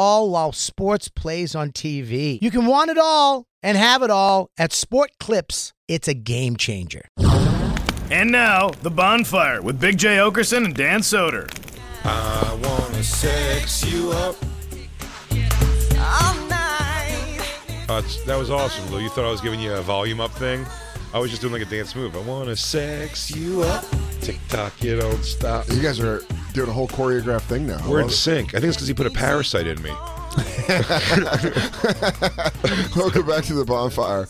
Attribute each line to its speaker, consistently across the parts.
Speaker 1: all while sports plays on TV. You can want it all and have it all at Sport Clips. It's a game changer.
Speaker 2: And now, The Bonfire with Big J. Okerson and Dan Soder.
Speaker 3: I wanna sex you up. Uh, that was awesome, Lou. You thought I was giving you a volume up thing? I was just doing like a dance move. I wanna sex you up. Tick tock, you don't stop.
Speaker 4: You guys are doing a whole choreographed thing now. I
Speaker 3: We're in
Speaker 4: love
Speaker 3: sync. I think it's because he put a parasite in me.
Speaker 4: it. Welcome back to the bonfire.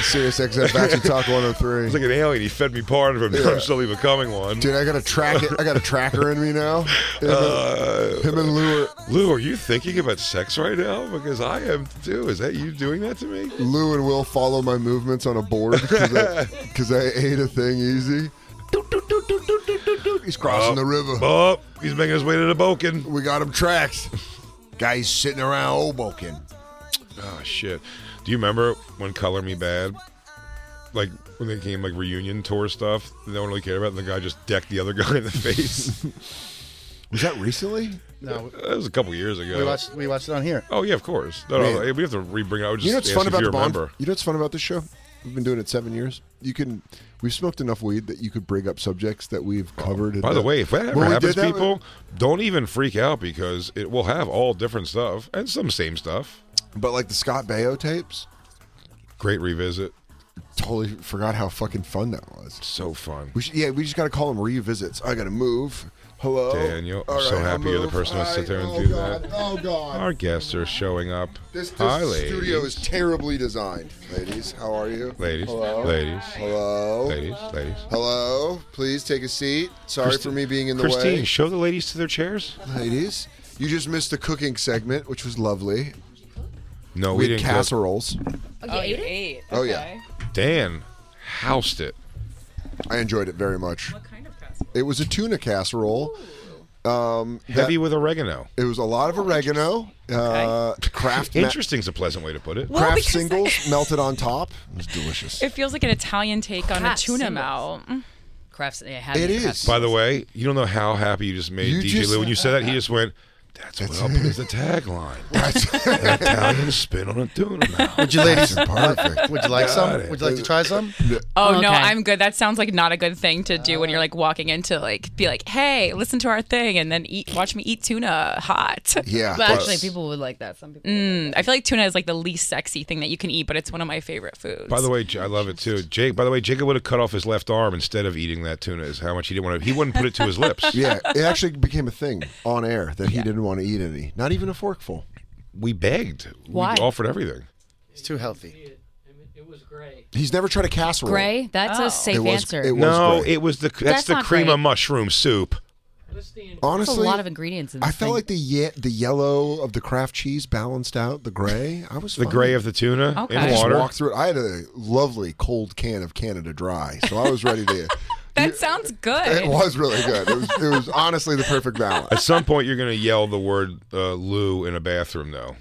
Speaker 4: Serious XM Action Talk
Speaker 3: It's
Speaker 4: 103.
Speaker 3: like an alien. He fed me part of him. I'm slowly becoming one.
Speaker 4: Dude, I got a track. I got a tracker in me now. Him,
Speaker 3: Uh,
Speaker 4: and, him and Lou, are,
Speaker 3: Lou, are you thinking about sex right now? Because I am too. Is that you doing that to me?
Speaker 4: Lou and Will follow my movements on a board because I, ate a thing easy. Doot, doot, doot, doot, doot, doot, doot, doot. He's crossing the river.
Speaker 3: Oh, he's making his way to the Boken.
Speaker 4: We got him tracked. Guys sitting around Hoboken.
Speaker 3: Oh shit! Do you remember when Color Me Bad, like when they came like reunion tour stuff? They don't really care about. And the guy just decked the other guy in the face. Uh,
Speaker 4: Was that recently?
Speaker 5: No,
Speaker 3: that was a couple years ago.
Speaker 5: we watched we watched it on here.
Speaker 3: oh yeah, of course. No, no,
Speaker 4: Man.
Speaker 3: we have to rebring it. I would just
Speaker 4: You know what's
Speaker 3: ask
Speaker 4: fun
Speaker 3: if
Speaker 4: about
Speaker 3: you
Speaker 4: the
Speaker 3: remember.
Speaker 4: bonfire? You know what's fun about this show? We've been doing it seven years. You can. We've smoked enough weed that you could bring up subjects that we've covered. in
Speaker 3: Oh, By the way, if that ever
Speaker 4: When we
Speaker 3: happens,
Speaker 4: did that,
Speaker 3: people don't even freak out because it will have all different stuff and some same stuff.
Speaker 4: But like the Scott Baio tapes,
Speaker 3: Great revisit.
Speaker 4: totally forgot how fucking fun that was.
Speaker 3: So fun.
Speaker 4: We should, yeah, we just got to call them revisits. I got to move. Hello,
Speaker 3: Daniel, I'm
Speaker 4: All
Speaker 3: so
Speaker 4: right, I'll
Speaker 3: happy you're the
Speaker 4: move.
Speaker 3: person who
Speaker 4: All
Speaker 3: sit there and
Speaker 4: right.
Speaker 3: do
Speaker 4: oh, God.
Speaker 3: that.
Speaker 4: Oh God,
Speaker 3: Our guests are showing up.
Speaker 4: this, this
Speaker 3: Hi, ladies.
Speaker 4: studio is terribly designed. Ladies, how are you?
Speaker 3: Ladies,
Speaker 4: Hello?
Speaker 3: ladies,
Speaker 4: Hello.
Speaker 3: ladies, ladies.
Speaker 4: Hello. Please take a seat. Sorry for me being in the
Speaker 3: Christine,
Speaker 4: way.
Speaker 3: show the ladies to their chairs.
Speaker 4: ladies. You just missed the cooking segment, which was lovely.
Speaker 3: No,
Speaker 4: We,
Speaker 3: we,
Speaker 4: had
Speaker 3: didn't. cook.
Speaker 4: casseroles.
Speaker 6: Oh, you ate?
Speaker 4: Oh yeah,
Speaker 3: Dan housed it.
Speaker 4: I enjoyed it very much.
Speaker 6: What kind of casserole?
Speaker 4: It was a tuna casserole.
Speaker 3: Heavy with oregano.
Speaker 4: It was a lot
Speaker 6: Oh,
Speaker 4: of oregano. Uh, Kraft ma-
Speaker 3: Interesting's a pleasant way to put it.
Speaker 6: Well,
Speaker 4: Kraft
Speaker 6: because
Speaker 4: singles melted on top. It was delicious.
Speaker 7: It feels like an Italian take on
Speaker 6: Crafts
Speaker 7: a tuna
Speaker 6: singles.
Speaker 7: melt.
Speaker 5: Crafts. It,
Speaker 4: It is.
Speaker 3: By the way, you don't know how happy you just made
Speaker 4: You
Speaker 3: DJ
Speaker 4: just-
Speaker 3: Lou when you said that. He just went, "That's what I'll put as the tagline: an Italian spin on a tuna melt."
Speaker 5: Would you ladies?
Speaker 4: Perfect.
Speaker 5: Would you like
Speaker 3: Got
Speaker 5: some?
Speaker 3: it.
Speaker 5: Would you like to try some?
Speaker 7: Oh no,
Speaker 6: Okay.
Speaker 7: I'm good. That sounds like not a good thing to do when you're like walking into like be like, hey, listen to our thing, and then eat, watch me eat tuna hot.
Speaker 4: Yeah.
Speaker 6: But actually, people would like that. Some people.
Speaker 7: Mm, I feel like tuna is like the least sexy thing that you can eat, but it's one of my favorite foods.
Speaker 3: By the way, J- I love it too, Jake. By the way, Jacob would have cut off his left arm instead of eating that tuna. Is how much he didn't want to. He wouldn't put it to his lips.
Speaker 4: yeah, it actually became a thing on air that he didn't want to eat any, not even a forkful.
Speaker 3: We begged.
Speaker 7: Why?
Speaker 3: We offered everything.
Speaker 5: It's too healthy.
Speaker 4: He's never tried a casserole.
Speaker 6: Gray. That's
Speaker 7: Oh.
Speaker 6: a safe
Speaker 4: It was.
Speaker 6: answer.
Speaker 4: It was
Speaker 3: No,
Speaker 4: great.
Speaker 3: it was the that's,
Speaker 6: That's
Speaker 3: the
Speaker 6: not
Speaker 3: cream
Speaker 6: great.
Speaker 3: of mushroom soup.
Speaker 6: That's
Speaker 4: honestly
Speaker 6: a lot of ingredients in this
Speaker 4: I felt like the ye- the yellow of the Kraft cheese balanced out the gray. I was
Speaker 3: The
Speaker 4: fine.
Speaker 3: gray of the tuna
Speaker 7: Okay.
Speaker 3: in
Speaker 7: I
Speaker 4: I just
Speaker 3: water.
Speaker 4: walked through it. I had a lovely cold can of Canada Dry, so I was ready to.
Speaker 7: that sounds good.
Speaker 4: it was really good. It was, it was honestly the perfect balance.
Speaker 3: At some point, you're going to yell the word uh, "loo" in a bathroom, though.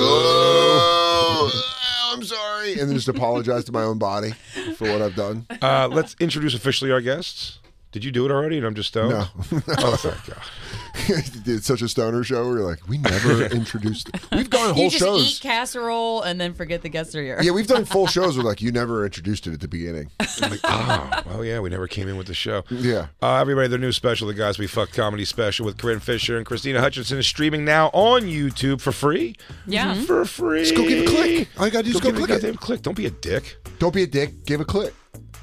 Speaker 3: Loo.
Speaker 4: Oh, I'm sorry, and then just apologize to my own body for what I've done.
Speaker 3: Uh, let's introduce officially our guests. Did you do it already? And I'm just stoned.
Speaker 4: No.
Speaker 3: oh, thank God.
Speaker 4: did such a stoner show where you're like, we never introduced. We've gone whole
Speaker 6: you just
Speaker 4: shows.
Speaker 6: eat casserole and then forget the guests are here.
Speaker 4: yeah, we've done full shows where like you never introduced it at the beginning.
Speaker 3: I'm like, ah, oh yeah, we never came in with the show.
Speaker 4: Yeah.
Speaker 3: Uh, everybody, their new special, the Guys We Fucked Comedy Special with Corinne Fisher and Christina Hutchinson is streaming now on YouTube for free. Mm-hmm.
Speaker 7: Yeah. Mhm.
Speaker 3: For free. Just
Speaker 4: go give a click. All you gotta do is go
Speaker 3: give
Speaker 4: click
Speaker 3: a
Speaker 4: it.
Speaker 3: goddamn click. Don't be a dick.
Speaker 4: Don't be a dick. Give a click.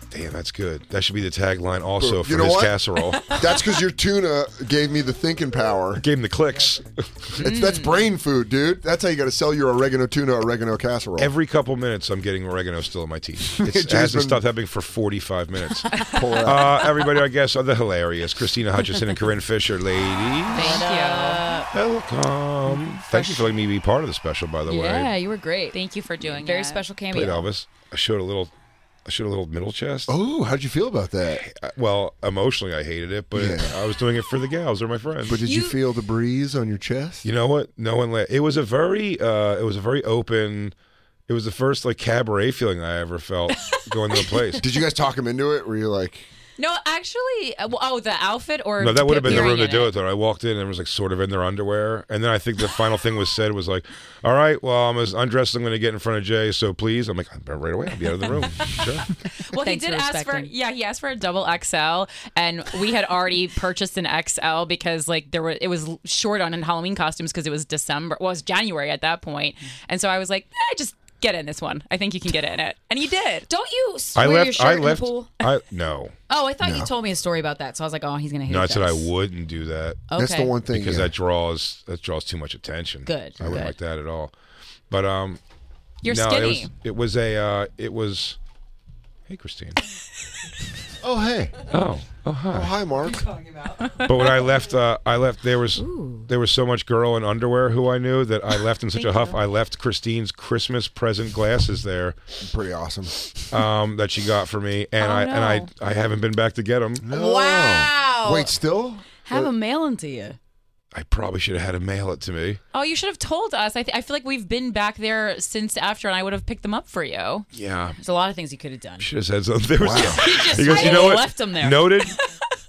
Speaker 3: Damn, that's good. That should be the tagline also
Speaker 4: You
Speaker 3: for
Speaker 4: know
Speaker 3: this
Speaker 4: what?
Speaker 3: casserole.
Speaker 4: That's because your tuna gave me the thinking power.
Speaker 3: Gave him the clicks.
Speaker 4: It's,
Speaker 6: Mm.
Speaker 4: that's brain food, dude. That's how you got to sell your oregano tuna, oregano casserole.
Speaker 3: Every couple minutes, I'm getting oregano still in my teeth. It's, it
Speaker 4: Just
Speaker 3: hasn't
Speaker 4: been-
Speaker 3: stopped happening for 45 minutes.
Speaker 4: Pull it
Speaker 3: Uh,
Speaker 4: out.
Speaker 3: everybody, I guess, are the hilarious Christina Hutchinson and Corinne Fisher, ladies.
Speaker 7: Thank you.
Speaker 6: uh,
Speaker 3: Welcome. Thank you for letting me be part of the special, by the
Speaker 6: Yeah,
Speaker 3: way.
Speaker 6: you were great.
Speaker 7: Thank you for doing
Speaker 6: Very
Speaker 7: that.
Speaker 6: special cameo.
Speaker 3: Played Elvis. I showed a little. I showed a little middle chest.
Speaker 4: oh, how'd you feel about that?
Speaker 3: I- well, emotionally, I hated it, but it-
Speaker 4: Yeah.
Speaker 3: I was doing it for the gals. They're my friends.
Speaker 4: But did you, feel the breeze on your chest?
Speaker 3: You know what? No one. La- it was a very. Uh, it was a very open. It was the first like cabaret feeling I ever felt going to a place.
Speaker 4: Did you guys talk him into it? Were you like,
Speaker 7: No, actually, uh, well, oh, the outfit or
Speaker 3: No, that would have been the
Speaker 7: appearing
Speaker 3: room to
Speaker 7: in
Speaker 3: do it. Though I walked in and it was like sort of in their underwear, and then I think the final thing was said was like, "All right, well I'm as undressed. as I'm going to get in front of Jay, so please." I'm like, "I'm right away. I'll be out of the room." Sure.
Speaker 7: Well,
Speaker 6: Thanks
Speaker 7: he
Speaker 6: for
Speaker 7: did ask for
Speaker 6: respecting.
Speaker 7: yeah, he asked for a double XL, and we had already purchased an XL because like there were it was short on in Halloween costumes because it was December, well, it was January at that point, and so I was like, eh, just get in this one. I think you can get in it, and he did.
Speaker 6: Don't you swear
Speaker 3: I
Speaker 6: your
Speaker 3: left.
Speaker 6: shirt
Speaker 3: I
Speaker 6: in
Speaker 3: left.
Speaker 6: the pool?
Speaker 3: I no.
Speaker 6: Oh, I thought you told me a story about that, so I was like, oh, he's gonna hit.
Speaker 3: No, I
Speaker 6: us.
Speaker 3: said I wouldn't do that
Speaker 6: Okay.
Speaker 4: that's the one thing.
Speaker 3: because
Speaker 4: yeah.
Speaker 3: that draws that draws too much attention.
Speaker 6: Good,
Speaker 3: I wouldn't
Speaker 6: good.
Speaker 3: like that at all. But um,
Speaker 7: You're
Speaker 3: no,
Speaker 7: skinny.
Speaker 3: It was, it was a. Uh, it was. Hey, Christine.
Speaker 4: oh, hey.
Speaker 3: oh. Oh hi.
Speaker 4: Oh, hi, Mark.
Speaker 3: But when I left, uh, I left. There was there was so much girl in underwear who I knew that I left in such a huff. I left Christine's Christmas present glasses there
Speaker 4: Pretty awesome.
Speaker 3: um, that she got for me,
Speaker 7: Oh,
Speaker 3: and I and I I haven't been back to get them.
Speaker 6: Wow.
Speaker 4: Wait, still?
Speaker 6: Have him mailing to you.
Speaker 3: I probably should have had to mail it to me.
Speaker 7: oh, you should have told us. I, th- I feel like we've been back there since after, and I would have picked them up for you.
Speaker 3: Yeah,
Speaker 6: There's a lot of things you could have done.
Speaker 3: should have said something. There was
Speaker 7: just
Speaker 3: he goes, you
Speaker 7: fucking
Speaker 3: know what?
Speaker 7: left 'em there."
Speaker 3: Noted.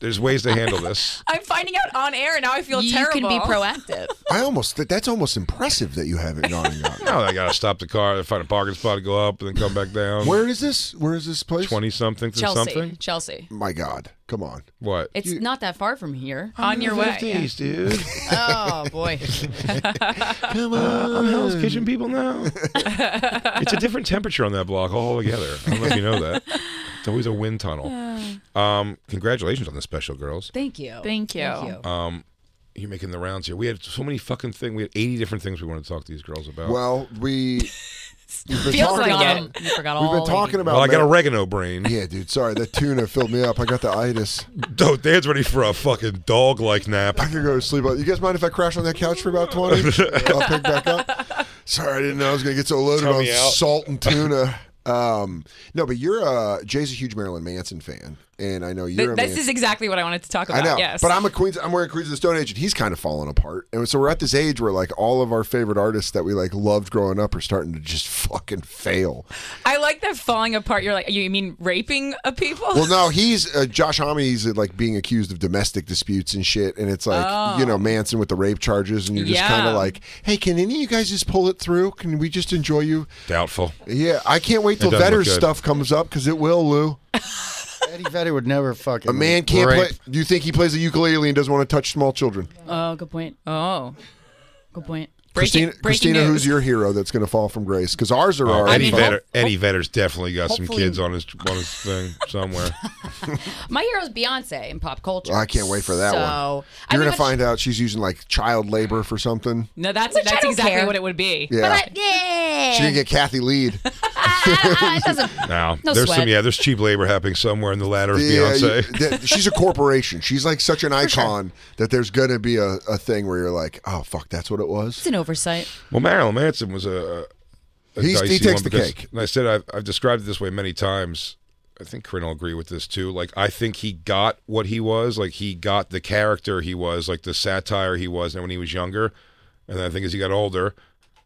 Speaker 3: There's ways to handle this.
Speaker 7: I'm finding out on air and now. I feel
Speaker 6: you
Speaker 7: terrible.
Speaker 6: can be proactive.
Speaker 4: I almost, that, that's almost impressive that you haven't gone and gotten it.
Speaker 3: No, I gotta stop the car, find a parking spot, go up, and then come back down.
Speaker 4: Where is this? Where is this place?
Speaker 3: Twenty something to
Speaker 6: Chelsea.
Speaker 3: something.
Speaker 6: Chelsea.
Speaker 4: My God. Come on.
Speaker 3: What?
Speaker 6: It's not that far from here.
Speaker 7: on your way. yeah.
Speaker 3: 50s, dude.
Speaker 6: Oh boy.
Speaker 4: Come on.
Speaker 3: I'm Hell's Kitchen people now. it's a different temperature on that block altogether. I don't know if you know that. It's always a wind tunnel. Um, congratulations on the special, girls.
Speaker 6: Thank you.
Speaker 7: Thank you.
Speaker 3: You're making the rounds here. We had so many fucking things. We had 80 different things we wanted to talk to these girls about. Well,
Speaker 4: Well, we. We've been
Speaker 6: Feels
Speaker 4: talking
Speaker 6: like
Speaker 4: about,
Speaker 6: it. You forgot
Speaker 4: We've
Speaker 6: all
Speaker 4: been talking about.
Speaker 3: I got
Speaker 4: Mar-
Speaker 3: oregano brain.
Speaker 4: Yeah, dude. Sorry, that tuna filled me up. I got the itis.
Speaker 3: Oh, Dan's ready for a fucking dog like nap.
Speaker 4: I could go to sleep. You guys mind if I crash on that couch for about twenty? I'll pick back up. Sorry, I didn't know I was gonna get so loaded on
Speaker 3: Tummy out.
Speaker 4: salt and tuna. Um, no, but you're uh, Jay's a huge Marilyn Manson fan, and I know you're.
Speaker 7: Th-
Speaker 4: a
Speaker 7: this
Speaker 4: Manson-
Speaker 7: is exactly what I wanted to talk
Speaker 4: I
Speaker 7: about.
Speaker 4: know,
Speaker 7: Yes.
Speaker 4: but I'm a Queens. I'm wearing Queens of the Stone Age, and he's kind of falling apart. And so we're at this age where like all of our favorite artists that we like loved growing up are starting to just fucking fail.
Speaker 7: I like that falling apart. You're like, you mean raping a people?
Speaker 4: Well, no, he's uh, Josh Homme's uh, like being accused of domestic disputes and shit, and it's like you know Manson with the rape charges, and you're just
Speaker 7: Oh. Yeah.
Speaker 4: kind of like, hey, can any of you guys just pull it through? Can we just enjoy you?
Speaker 3: Doubtful.
Speaker 4: Yeah, I can't wait till
Speaker 3: doesn't look
Speaker 4: Vetter
Speaker 3: good.
Speaker 4: stuff comes up because it will, Lou.
Speaker 5: Eddie Vedder would never fucking.
Speaker 4: A man can't
Speaker 5: rape.
Speaker 4: play. Do you think he plays a ukulele and doesn't want to touch small children?
Speaker 6: Oh, good point.
Speaker 7: Oh.
Speaker 6: Good point.
Speaker 7: Breaking,
Speaker 4: Christina,
Speaker 7: breaking
Speaker 4: Christina,
Speaker 7: news.
Speaker 4: who's your hero that's going to fall from grace? Because ours are
Speaker 3: Eddie,
Speaker 4: already.
Speaker 7: mean,
Speaker 3: Vedder,
Speaker 7: hope-
Speaker 3: Eddie Vedder's definitely got some
Speaker 4: hopefully-
Speaker 3: kids on his on his thing somewhere.
Speaker 6: My hero's Beyonce in pop culture.
Speaker 4: I can't wait for that
Speaker 6: so,
Speaker 4: one.
Speaker 6: I
Speaker 4: You're
Speaker 6: mean,
Speaker 4: gonna
Speaker 6: but-
Speaker 4: find out she's using like child labor for something.
Speaker 7: No, that's
Speaker 6: Which I
Speaker 7: that's
Speaker 6: don't
Speaker 7: exactly
Speaker 6: care.
Speaker 7: what it would be.
Speaker 4: Yeah,
Speaker 6: But yeah.
Speaker 4: she didn't get Kathy Lead.
Speaker 6: Ah, it doesn't.
Speaker 3: Now,
Speaker 6: No
Speaker 3: there's
Speaker 6: sweat.
Speaker 3: some yeah, there's cheap labor happening somewhere in the ladder of
Speaker 4: Yeah,
Speaker 3: Beyonce.
Speaker 4: you- that- she's a corporation. She's like such an icon that there's gonna be a, a thing where you're like, oh fuck, that's what it
Speaker 6: It's
Speaker 4: was.
Speaker 6: an oversight.
Speaker 3: Well, Marilyn Manson was a. a
Speaker 4: He's-
Speaker 3: dicey
Speaker 4: he takes
Speaker 3: one
Speaker 4: the
Speaker 3: because-
Speaker 4: cake.
Speaker 3: And I said I've, I've described it this way many times. I think Corinne will agree with this too. Like I think he got what he was. Like he got the character he was. Like the satire he was. And when he was younger, and then I think as he got older,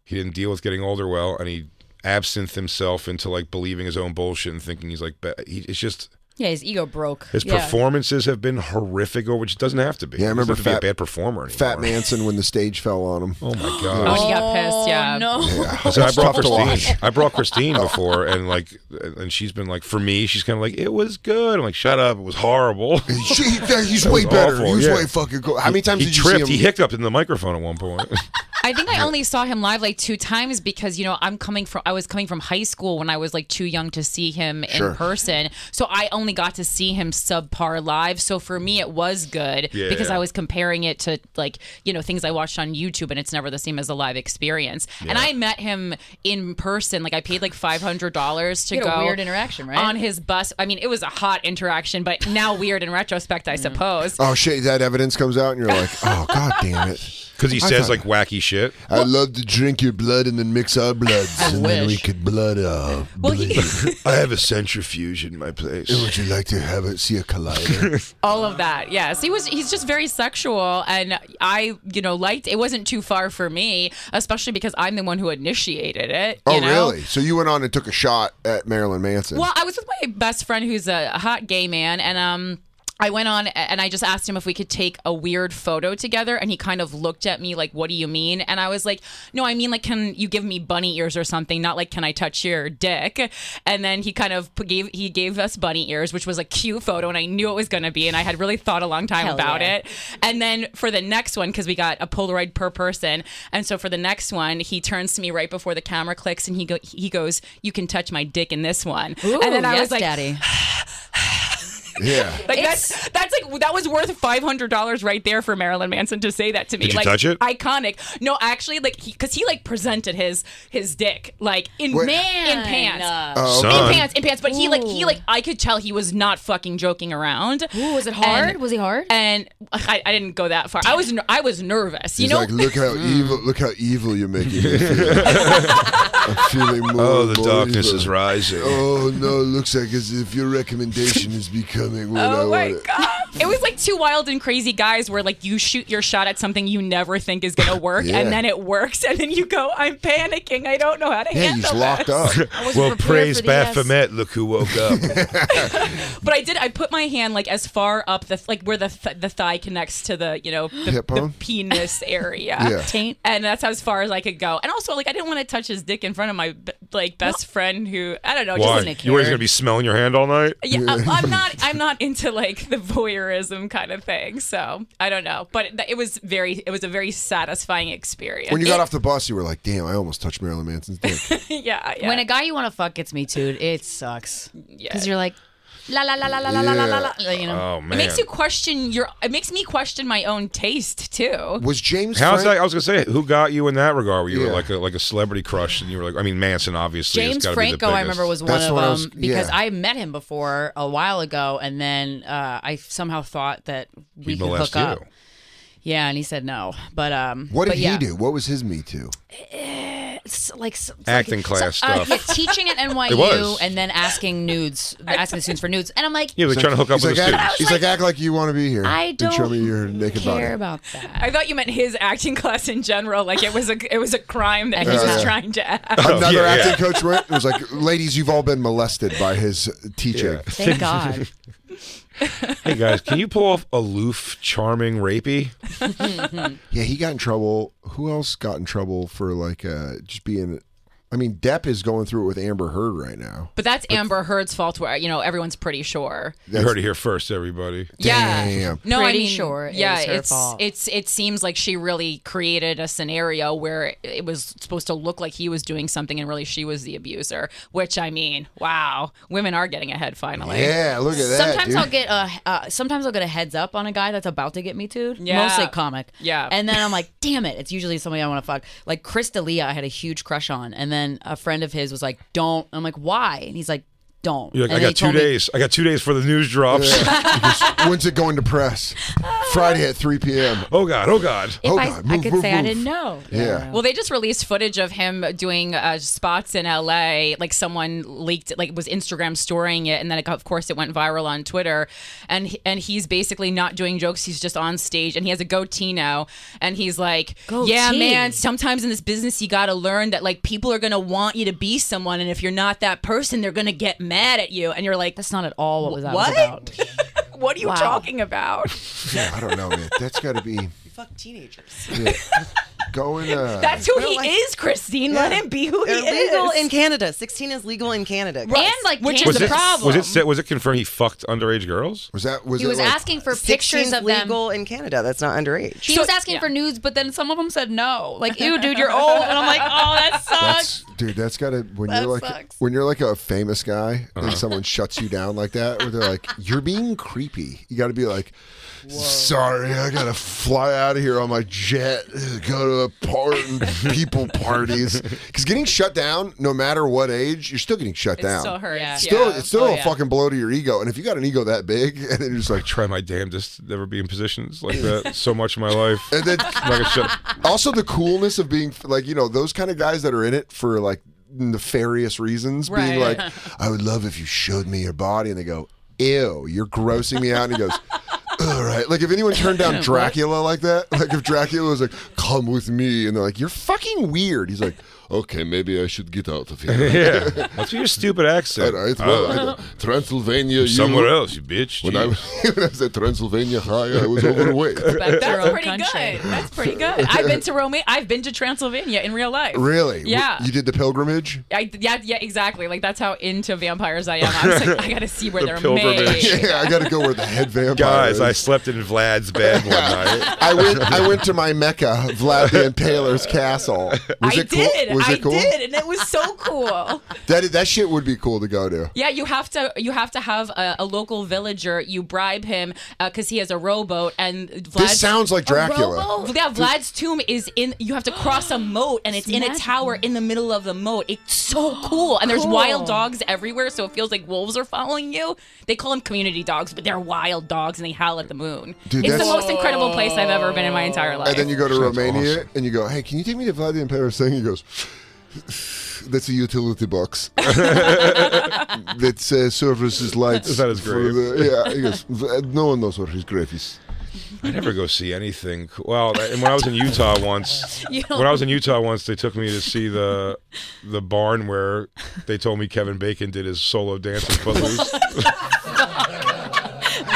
Speaker 3: he didn't deal with getting older well, and he absinthed himself into like believing his own bullshit and thinking he's like. Be- he, it's just
Speaker 6: Yeah, his ego broke.
Speaker 3: His
Speaker 6: yeah.
Speaker 3: performances have been horrific, or which doesn't have to be.
Speaker 4: Yeah,
Speaker 3: He
Speaker 4: I
Speaker 3: doesn't
Speaker 4: remember
Speaker 3: have to be
Speaker 4: Fat-
Speaker 3: a bad performer anymore.
Speaker 4: Fat Manson when the stage fell on him.
Speaker 3: Oh my
Speaker 7: When
Speaker 3: gosh.
Speaker 7: he got
Speaker 6: Oh,
Speaker 7: pissed, yeah.
Speaker 6: no.
Speaker 3: I said, I brought
Speaker 4: Tough to
Speaker 3: Christine. I brought Christine before, and like, and she's been like, for me, she's kind of like, it was good. I'm like, shut up, it was horrible.
Speaker 4: She- he's
Speaker 3: That
Speaker 4: way
Speaker 3: was
Speaker 4: better.
Speaker 3: awful,
Speaker 4: He's
Speaker 3: yeah.
Speaker 4: way fucking cool. How many times
Speaker 3: he
Speaker 4: did
Speaker 3: tripped?
Speaker 4: you see
Speaker 3: He
Speaker 4: him?
Speaker 3: hiccuped in the microphone at one point.
Speaker 7: I think I only saw him live like two times because you know I'm coming from I was coming from high school when I was like too young to see him in person, so I only got to see him subpar live. So for me, it was good
Speaker 3: Yeah,
Speaker 7: because
Speaker 3: yeah.
Speaker 7: I was comparing it to like you know things I watched on YouTube, and it's never the same as a live experience. And I met him in person, like I paid like five hundred dollars to
Speaker 6: You had a
Speaker 7: go
Speaker 6: weird interaction, right?
Speaker 7: on his bus. I mean, it was a hot interaction, but now weird in retrospect, I suppose.
Speaker 4: Oh shit! That evidence comes out, and you're like, "Oh god damn it!"
Speaker 3: Because he
Speaker 4: I
Speaker 3: says like
Speaker 4: thought-
Speaker 3: wacky shit.
Speaker 4: I love to drink your blood and then mix our bloods, and then we
Speaker 6: wish.
Speaker 4: could blood up.
Speaker 7: Well, he-
Speaker 3: I have a centrifuge in my place.
Speaker 4: Would you like to have it see a collider?
Speaker 7: all of that yes he was he's just very sexual and i you know liked it wasn't too far for me especially because i'm the one who initiated it you
Speaker 4: oh
Speaker 7: know?
Speaker 4: really? So you went on and took a shot at Marilyn Manson?
Speaker 7: well i was with my best friend who's a hot gay man and um I went on and I just asked him if we could take a weird photo together, and he kind of looked at me like, "What do you mean?" And I was like, "No, I mean like, can you give me bunny ears or something? Not like, can I touch your dick?" And then he kind of p- gave he gave us bunny ears, which was a cute photo, and I knew it was going to be, and I had really thought a long time
Speaker 6: Hell
Speaker 7: about
Speaker 6: yeah.
Speaker 7: it. And then for the next one, because we got a Polaroid per person, and so for the next one, he turns to me right before the camera clicks, and he go he goes, "You can touch my dick in this one."
Speaker 6: Ooh,
Speaker 7: and then I
Speaker 6: yes,
Speaker 7: was like,
Speaker 6: Daddy.
Speaker 4: yeah.
Speaker 7: like that's that's like that was worth five hundred dollars right there for Marilyn Manson to say that to me.
Speaker 3: Did you
Speaker 7: like,
Speaker 3: touch it?
Speaker 7: Iconic. No, actually, like because he, like presented his his dick like in
Speaker 4: Wait.
Speaker 7: man in pants. In
Speaker 6: Uh,
Speaker 4: Oh,
Speaker 3: Son.
Speaker 7: pants, in pants, but he like he like I could tell he was not fucking joking around.
Speaker 6: Ooh, was it hard?
Speaker 7: And,
Speaker 6: was he hard?
Speaker 7: and I, I didn't go that far. I was ner- I was nervous. You
Speaker 4: He's
Speaker 7: know,
Speaker 4: like, look how
Speaker 6: Hmm.
Speaker 4: evil! Look how evil you're making me feel. I'm feeling more.
Speaker 3: Oh,
Speaker 4: and
Speaker 3: the
Speaker 4: more
Speaker 3: darkness
Speaker 4: evil.
Speaker 3: is rising.
Speaker 4: Oh no! It looks like as if your recommendation is becoming what I
Speaker 7: Oh my
Speaker 4: wanted.
Speaker 7: god! It was like two wild and crazy guys, where like you shoot your shot at something you never think is gonna work,
Speaker 4: Yeah.
Speaker 7: and then it works, and then you go, "I'm panicking. I don't know how to
Speaker 4: Yeah,
Speaker 7: handle
Speaker 4: he's
Speaker 7: this."
Speaker 4: locked up.
Speaker 6: wasn't
Speaker 3: Well,
Speaker 6: prepared
Speaker 3: praise
Speaker 6: for the yes.
Speaker 3: Baphomet. Look who woke up.
Speaker 7: But I did. I put my hand like as far up the like where the th- the thigh connects to the you know the,
Speaker 4: Hip
Speaker 7: the
Speaker 4: bone?
Speaker 7: penis area,
Speaker 4: Yeah.
Speaker 6: Taint.
Speaker 7: and that's as far as I could go. And also like I didn't want to touch his dick in front of my b- like best friend who I don't know.
Speaker 3: Why?
Speaker 7: Oh, Just, Uh,
Speaker 3: You always gonna be smelling your hand all night?
Speaker 7: yeah, I'm, I'm not. I'm not into like the voyeurism kind of thing. So I don't know. But th- it was very. It was a very satisfying experience.
Speaker 4: When you got off the bus, you were like, "Damn, I almost touched Marilyn Manson's dick."
Speaker 7: yeah, yeah.
Speaker 6: When a guy you want to fuck gets me too, it sucks. Because
Speaker 7: Yeah.
Speaker 6: you're like, la la la la la la la la la. You know.
Speaker 3: Oh man.
Speaker 7: it makes you question your. It makes me question my own taste too.
Speaker 4: Was James?
Speaker 3: How's that?
Speaker 4: Frank-
Speaker 3: I was gonna say, who got you in that regard? Where you
Speaker 4: Yeah.
Speaker 3: were like a like a celebrity crush, and you were like, I mean, Manson obviously. has
Speaker 6: James
Speaker 3: gotta be
Speaker 6: Franco,
Speaker 3: the
Speaker 6: I remember,
Speaker 3: biggest.
Speaker 6: was one
Speaker 4: That's
Speaker 6: of
Speaker 4: the one I
Speaker 6: them
Speaker 4: was-
Speaker 6: because
Speaker 4: yeah.
Speaker 6: I met him before a while ago, and then uh, I somehow thought that we
Speaker 3: He
Speaker 6: could hook
Speaker 3: molested
Speaker 6: up.
Speaker 3: you.
Speaker 6: Yeah, and he said no. But um,
Speaker 4: What
Speaker 6: but
Speaker 4: did
Speaker 6: yeah.
Speaker 4: he do? What was his Me Too?
Speaker 6: It's like s- it's
Speaker 3: Acting
Speaker 6: like-
Speaker 3: class
Speaker 6: so, uh,
Speaker 3: stuff.
Speaker 6: yeah, teaching at NYU
Speaker 3: was.
Speaker 6: and then asking nudes, asking the students for nudes, and I'm like,
Speaker 3: Yeah, they're trying to hook up
Speaker 4: He's
Speaker 3: with
Speaker 4: like,
Speaker 3: the
Speaker 4: act,
Speaker 3: students.
Speaker 4: he's like, act like you want to be here.
Speaker 6: I
Speaker 4: And show
Speaker 6: don't
Speaker 4: me your naked
Speaker 6: care
Speaker 4: body.
Speaker 6: about that.
Speaker 7: I thought you meant his acting class in general. Like it was a it was a crime that he
Speaker 6: Yeah.
Speaker 7: was trying to act.
Speaker 4: Another
Speaker 3: Oh, Yeah, yeah.
Speaker 4: acting coach went and was like, "Ladies, you've all been molested by his teaching."
Speaker 6: Thank God.
Speaker 4: "Ah."
Speaker 3: Hey guys, can you pull off aloof, charming, rapey?
Speaker 4: Yeah, he got in trouble. Who else got in trouble for like uh just being? I mean, Depp is going through it with Amber Heard right now.
Speaker 7: But that's Amber Heard's fault. Where you know everyone's pretty sure.
Speaker 3: you heard it here first, everybody.
Speaker 4: Damn.
Speaker 7: No,
Speaker 6: Pretty
Speaker 7: I mean,
Speaker 6: sure it
Speaker 7: yeah,
Speaker 6: was her
Speaker 7: it's
Speaker 6: fault.
Speaker 7: it's it seems like she really created a scenario where it was supposed to look like he was doing something, and really she was the abuser. Which I mean, wow, women are getting ahead finally.
Speaker 4: Yeah, look at that.
Speaker 6: Sometimes
Speaker 4: dude.
Speaker 6: I'll get a uh, sometimes I'll get a heads up on a guy that's about to get me too.
Speaker 7: Yeah.
Speaker 6: Mostly comic.
Speaker 7: Yeah.
Speaker 6: And then I'm like, damn it! It's usually somebody I want to fuck. Like Chris D'Elia, I had a huge crush on, and then a friend of his was like, "Don't." I'm like, "Why?" And he's like, "Don't."
Speaker 3: You're like,
Speaker 6: And
Speaker 3: I
Speaker 6: then he
Speaker 3: got two
Speaker 6: told me-
Speaker 3: days. I got two days for the news drops.
Speaker 4: When's it going to press? Friday at 3 p.m.
Speaker 3: oh god, oh god.
Speaker 4: oh
Speaker 6: if I,
Speaker 4: God,
Speaker 6: I
Speaker 4: move,
Speaker 6: could
Speaker 4: move,
Speaker 6: say I
Speaker 4: move.
Speaker 6: didn't know.
Speaker 4: Yeah.
Speaker 7: Well, they just released footage of him doing uh, spots in LA. Like someone leaked, it, like was Instagram storying it, and then it, got- of course it went viral on Twitter. And he- and he's basically not doing jokes; he's just on stage, and he has a goatee now. And he's like, "Yeah,
Speaker 6: Goatee.
Speaker 7: man. Sometimes in this business, you got to learn that like people are gonna want you to be someone, and if you're not that person, they're gonna get mad at you, and you're like,
Speaker 6: That's not at all what was that was
Speaker 7: What?
Speaker 6: about.
Speaker 7: what are you
Speaker 6: Wow.
Speaker 7: talking about?
Speaker 4: Yeah, I don't know, man. That's got to be
Speaker 8: Fuck teenagers.
Speaker 4: yeah. going. Uh,
Speaker 7: That's who
Speaker 8: Well,
Speaker 7: he
Speaker 8: like-
Speaker 7: is, Christine. Let him be who he
Speaker 8: They're legal
Speaker 7: is.
Speaker 8: in Canada. 16 is legal in Canada. guys.
Speaker 9: And like
Speaker 7: Which
Speaker 9: Which
Speaker 7: is
Speaker 9: the
Speaker 3: it,
Speaker 9: problem.
Speaker 3: Was it sa- was it confirmed he fucked underage girls?
Speaker 4: was that was
Speaker 9: he
Speaker 4: it
Speaker 9: was
Speaker 4: like,
Speaker 9: asking for
Speaker 8: 16
Speaker 9: pictures of them.
Speaker 8: legal in Canada. That's not underage.
Speaker 9: He
Speaker 7: So-
Speaker 9: was asking
Speaker 7: yeah.
Speaker 9: for nudes, but then some of them said no. Like, ew, dude, you're old. And I'm like, oh, that sucks.
Speaker 4: That's, dude, that's gotta when
Speaker 9: That
Speaker 4: you're like
Speaker 9: sucks.
Speaker 4: when you're like a famous guy and someone shuts you down like that, where they're like, "You're being creepy." You gotta be like, "Sorry, I gotta fly out of here on my jet, go to a part people parties." Because getting shut down, no matter what age, you're still getting shut down.
Speaker 7: Still hurts.
Speaker 9: Yeah.
Speaker 4: Still,
Speaker 7: yeah.
Speaker 4: it's still a
Speaker 7: Oh, yeah.
Speaker 4: fucking blow to your ego. And if you got an ego that big, and then you're just like,
Speaker 3: Try my damnedest to never be in positions like that so much in my life.
Speaker 4: and then
Speaker 3: I'm not gonna shut up.
Speaker 4: also the coolness of being like you know those kind of guys that are in it for like nefarious reasons being
Speaker 7: Right.
Speaker 4: like i would love if you showed me your body and they go ew you're grossing me out and he goes all right like if anyone turned down dracula like that like if dracula was like come with me and they're like you're fucking weird he's like okay maybe i should get out of here
Speaker 3: Yeah, that's your stupid
Speaker 4: all
Speaker 3: accent.
Speaker 4: right
Speaker 3: Oh,
Speaker 4: well I don't- transylvania you-
Speaker 3: somewhere else, you bitch.
Speaker 4: when I, was, when I was at transylvania high i was overweight
Speaker 7: Back to your
Speaker 9: That's
Speaker 7: own
Speaker 9: pretty
Speaker 7: country. That's pretty good. I've been to Rome. I've been to Transylvania in real life.
Speaker 4: really
Speaker 7: Yeah.
Speaker 4: you did the pilgrimage
Speaker 7: I, yeah, yeah, exactly. Like that's how into vampires I am. I was like, I gotta see where
Speaker 3: The
Speaker 7: they're
Speaker 3: pilgrimage.
Speaker 7: made.
Speaker 4: yeah, I got to go where the head vampire
Speaker 3: Guys,
Speaker 4: is.
Speaker 3: I slept in Vlad's bed one night.
Speaker 4: I went. I went to my mecca, Vlad the Impaler's castle. Was
Speaker 7: I
Speaker 4: it cool?
Speaker 7: did.
Speaker 4: Was
Speaker 7: I
Speaker 4: it cool?
Speaker 7: did, and it was so cool.
Speaker 4: That that shit would be cool to go to.
Speaker 7: Yeah, you have to you have to have a, a local villager. You bribe him because he has a rowboat, and Vlad's,
Speaker 4: sounds like
Speaker 7: A
Speaker 4: Dracula.
Speaker 7: rowboat? Yeah, Vlad's tomb is in. You have to cross a moat, and it's, in a tower in the middle of the moat. It's so cool, and there's wild dogs everywhere, so it feels like wolves are following you. They call them community dogs, but they're wild dogs, and they howl at the moon.
Speaker 4: Dude,
Speaker 7: it's the
Speaker 4: that's-
Speaker 7: most incredible place I've ever been in my entire life.
Speaker 4: And then you go to
Speaker 3: Sounds
Speaker 4: Romania
Speaker 3: awesome.
Speaker 4: and you go, "Hey, can you take me to Vlad the Impaler's thing?" He goes, "That's a utility box. that uh, services lights.
Speaker 3: Is that his
Speaker 4: for
Speaker 3: grave?
Speaker 4: the- yeah." He goes, "V- uh, "No one knows where his grave is."
Speaker 3: I never go see anything. co- Well, that- and when I was in Utah once, when I was in Utah once, they took me to see the the barn where they told me Kevin Bacon did his solo dance with Footloose.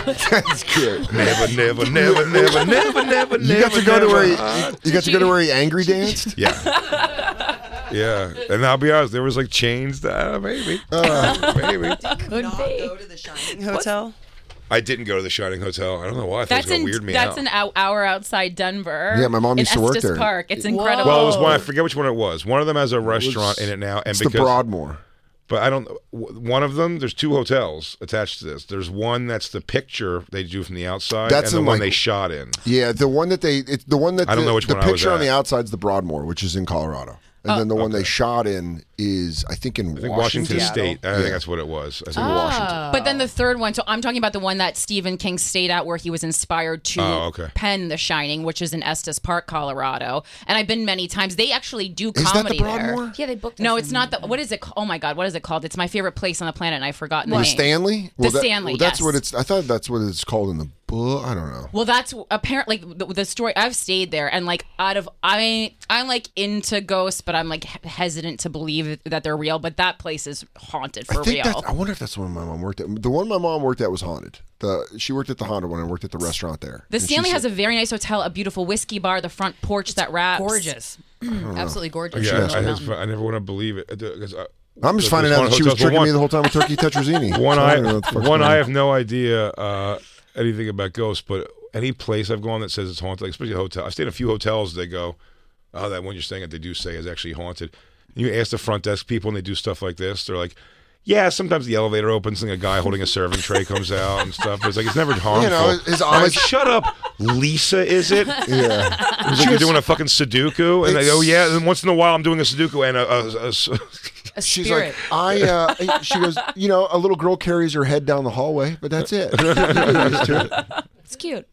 Speaker 4: That's good.
Speaker 3: never, never, never, never, never, never.
Speaker 4: You got to go to where he, you got to go to where he angry danced.
Speaker 3: Yeah. Yeah, and I'll be honest, there was like chains. That, uh, maybe, uh, maybe.
Speaker 8: Could not go to the Shining Hotel.
Speaker 3: I didn't go to the Shining Hotel. I don't know why. I thought
Speaker 7: That's
Speaker 3: it was gonna
Speaker 7: in
Speaker 3: weird me out.
Speaker 7: that's an ou- hour outside Denver.
Speaker 4: Yeah, my mom
Speaker 7: in
Speaker 4: used to work
Speaker 7: Estes
Speaker 4: there.
Speaker 7: Park. It's incredible.
Speaker 3: well, it was one. I forget which one it was. One of them has a restaurant in it now, and
Speaker 4: Oh. It's
Speaker 3: because
Speaker 4: the Broadmoor.
Speaker 3: but I don't. w- One of them, there's two hotels attached to this. There's one that's the picture they do from the outside,
Speaker 4: That's
Speaker 3: and the
Speaker 4: in,
Speaker 3: one
Speaker 4: like-
Speaker 3: they shot in.
Speaker 4: Yeah, the one that they, it's the one that
Speaker 3: I don't
Speaker 4: the,
Speaker 3: know which
Speaker 4: the
Speaker 3: one I was
Speaker 4: picture on the
Speaker 3: at. Oh,
Speaker 4: outside's the Broadmoor, which is in Colorado, and then the one they shot in is I think in
Speaker 3: I think
Speaker 4: Washington.
Speaker 3: Washington State. I think that's what it was. I think Washington.
Speaker 7: But then the third one, so I'm talking about the one that Stephen King stayed at where he was inspired to
Speaker 3: Oh, okay.
Speaker 7: pen The Shining, which is in Estes Park, Colorado. And I've been many times. They actually do
Speaker 4: Is that the
Speaker 7: comedy
Speaker 4: Broadmoor?
Speaker 7: there.
Speaker 9: Yeah, they booked
Speaker 7: No,
Speaker 9: us
Speaker 7: it's
Speaker 9: in.
Speaker 7: not the what is it? ca- Oh my god, what is it called? It's my favorite place on the planet and I've forgotten the
Speaker 4: The
Speaker 7: name.
Speaker 4: Stanley.
Speaker 7: The Stanley,
Speaker 4: Well, that's
Speaker 7: yes.
Speaker 4: what it's. I thought that's what it's called in the book. I don't know.
Speaker 7: Well, that's apparently the, the story. I've stayed there, and like out of I, I'm like into ghosts, but I'm like he- hesitant to believe that they're real. But that place is haunted for
Speaker 4: I think
Speaker 7: real.
Speaker 4: that's, I wonder if that's the one my mom worked at. The one my mom worked at was haunted. The she worked at the haunted one and worked at the restaurant there.
Speaker 7: The Stanley has a very nice hotel, a beautiful whiskey bar, the front porch that wraps.
Speaker 6: Gorgeous.
Speaker 9: Absolutely gorgeous.
Speaker 3: Yeah, I,
Speaker 9: Mountain.
Speaker 3: I- I never want to believe it. uh, 'cause I,
Speaker 4: I'm
Speaker 3: there's
Speaker 4: just finding
Speaker 3: one
Speaker 4: out that she was
Speaker 3: hotel-
Speaker 4: tricking
Speaker 3: well,
Speaker 4: me the
Speaker 3: one-
Speaker 4: whole time with turkey tetrazzini.
Speaker 3: One
Speaker 4: So I don't know
Speaker 3: I,
Speaker 4: what the fuck's
Speaker 3: one
Speaker 4: going
Speaker 3: I
Speaker 4: on.
Speaker 3: have no idea uh, anything about ghosts, but any place I've gone that says it's haunted, like especially a hotel. I've stayed in a few hotels. They go, oh, that one you're staying at, they do say is actually haunted. And you ask the front desk people, and they do stuff like this. They're like, yeah, sometimes the elevator opens and a guy holding a serving tray comes out and stuff. But it's like it's never harmful.
Speaker 4: his
Speaker 3: I'm like,
Speaker 4: eyes-
Speaker 3: shut up, Lisa. Is it?
Speaker 4: Yeah.
Speaker 3: It's like you're doing a fucking Sudoku, and they go,
Speaker 4: It's-
Speaker 3: yeah. And once in a while, I'm doing a Sudoku and a. a- a-
Speaker 6: A
Speaker 4: She's
Speaker 6: spirit.
Speaker 4: like, I, uh, she goes, you know, a little girl carries her head down the hallway, but that's it.
Speaker 7: It's cute.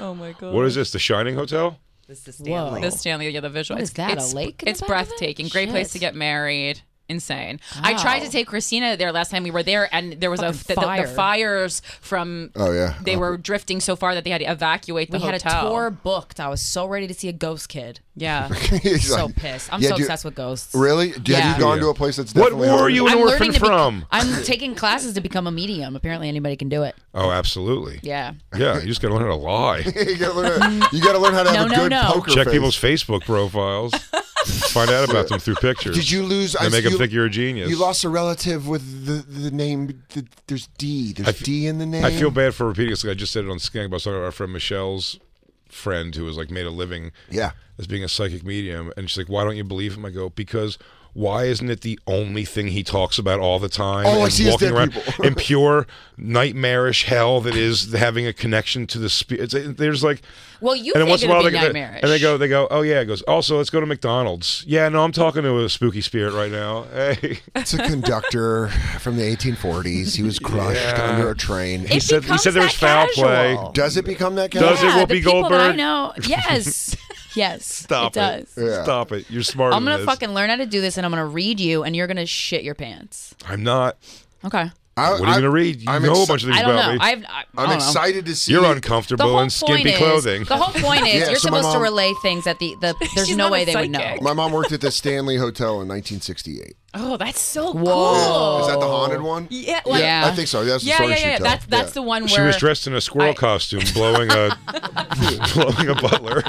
Speaker 7: Oh my god.
Speaker 3: what is this? The Shining Hotel?
Speaker 8: This is Stanley.
Speaker 7: The Stanley, yeah, the visual.
Speaker 9: What is that, a lake in the
Speaker 7: It's
Speaker 9: back of it?
Speaker 7: breathtaking. Great place to
Speaker 9: Shit.
Speaker 7: get married. insane. I tried to take Christina there last time we were there, and there was a the, the-
Speaker 6: Fucking
Speaker 7: the
Speaker 6: fire.
Speaker 7: fires from.
Speaker 4: Oh, yeah.
Speaker 7: they
Speaker 4: Oh.
Speaker 7: were drifting so far that they had to evacuate the
Speaker 6: we
Speaker 7: hotel.
Speaker 6: had a tour booked. I was so ready to see a ghost kid.
Speaker 7: Yeah,
Speaker 4: He's
Speaker 6: so
Speaker 4: like,
Speaker 6: pissed. I'm
Speaker 4: yeah,
Speaker 6: so
Speaker 4: do you-
Speaker 6: obsessed with ghosts.
Speaker 4: Really? Have
Speaker 6: Yeah.
Speaker 4: you gone
Speaker 3: Yeah.
Speaker 4: to a place that's
Speaker 3: What
Speaker 4: definitely
Speaker 3: war are
Speaker 4: haunted?
Speaker 3: you an
Speaker 6: I'm
Speaker 3: orphan
Speaker 6: learning to be-
Speaker 3: from?
Speaker 6: I'm taking classes to become a medium. Apparently, anybody can do it.
Speaker 3: oh, absolutely.
Speaker 6: Yeah.
Speaker 3: Yeah, you just gotta learn how to lie.
Speaker 4: you gotta learn how, you gotta learn how to have
Speaker 6: No,
Speaker 4: a
Speaker 6: no,
Speaker 4: good
Speaker 6: no.
Speaker 4: poker
Speaker 3: Check
Speaker 4: face.
Speaker 3: people's Facebook profiles. Find out about them through pictures.
Speaker 4: Did you lose?
Speaker 3: They make
Speaker 4: you,
Speaker 3: them think you're a genius.
Speaker 4: You lost a relative with the the name. The, there's D. There's
Speaker 3: I f-
Speaker 4: D in the name.
Speaker 3: I feel bad for repeating this. 'cause I just said it on Skank, but I was talking about our friend Michelle's friend who was like made a living
Speaker 4: Yeah.
Speaker 3: as being a psychic medium. And she's like, why don't you believe him? I go, because why isn't it the only thing he talks about all the time?
Speaker 6: Oh,
Speaker 4: All I
Speaker 3: and
Speaker 4: see is dead people.
Speaker 3: in pure nightmarish hell that is having a connection to the spirit. There's like,
Speaker 6: Well, you
Speaker 3: and then
Speaker 6: think
Speaker 3: once in a
Speaker 6: it'd
Speaker 3: while they,
Speaker 6: be
Speaker 3: go- they,
Speaker 6: nightmarish.
Speaker 3: and they go, they go, oh yeah. It goes. Also, let's go to McDonald's. Yeah, no, I'm talking to a spooky spirit right now. Hey,
Speaker 4: It's a conductor from the 1840s. He was crushed under a train.
Speaker 3: he said he
Speaker 6: becomes
Speaker 3: said there was
Speaker 6: that
Speaker 3: foul play.
Speaker 6: casual.
Speaker 4: Does it become that kind
Speaker 3: Does it,
Speaker 4: of?
Speaker 6: yeah,
Speaker 3: Whoopi
Speaker 6: the people That I
Speaker 3: Goldberg?
Speaker 6: know. Yes. yes.
Speaker 3: Stop
Speaker 6: it. does.
Speaker 4: Yeah.
Speaker 3: Stop it. You're smart.
Speaker 6: I'm gonna fucking learn how to do this, and I'm gonna read you, and you're gonna shit your pants.
Speaker 3: I'm not.
Speaker 6: Okay.
Speaker 4: I,
Speaker 3: What are you gonna read? You
Speaker 4: I'm
Speaker 3: know a
Speaker 4: exci-
Speaker 3: bunch of things
Speaker 6: I don't
Speaker 3: about
Speaker 6: know.
Speaker 3: me.
Speaker 6: I've. I, I
Speaker 4: I'm
Speaker 6: don't know.
Speaker 4: excited to see.
Speaker 3: You're
Speaker 6: The
Speaker 3: uncomfortable
Speaker 6: whole
Speaker 3: in skimpy
Speaker 6: point is,
Speaker 3: clothing.
Speaker 6: The whole point is
Speaker 4: Yeah,
Speaker 6: you're
Speaker 4: so my
Speaker 6: supposed to
Speaker 4: mom-
Speaker 6: relay things that the, the there's
Speaker 7: She's
Speaker 6: no
Speaker 7: not
Speaker 6: way
Speaker 7: a
Speaker 6: they would know.
Speaker 7: psychic.
Speaker 4: My mom worked at the Stanley Hotel in 1968.
Speaker 7: Oh, that's so
Speaker 6: Whoa.
Speaker 7: cool.
Speaker 4: Is that the haunted one?
Speaker 7: Oh. Yeah, like, uh,
Speaker 6: Yeah.
Speaker 4: I think so. That's the
Speaker 7: yeah,
Speaker 4: story
Speaker 7: yeah,
Speaker 4: she
Speaker 7: yeah.
Speaker 4: told.
Speaker 7: That's that's
Speaker 4: Yeah.
Speaker 7: the one where
Speaker 3: She was dressed in a squirrel
Speaker 7: I-
Speaker 3: costume, blowing a blowing a butler.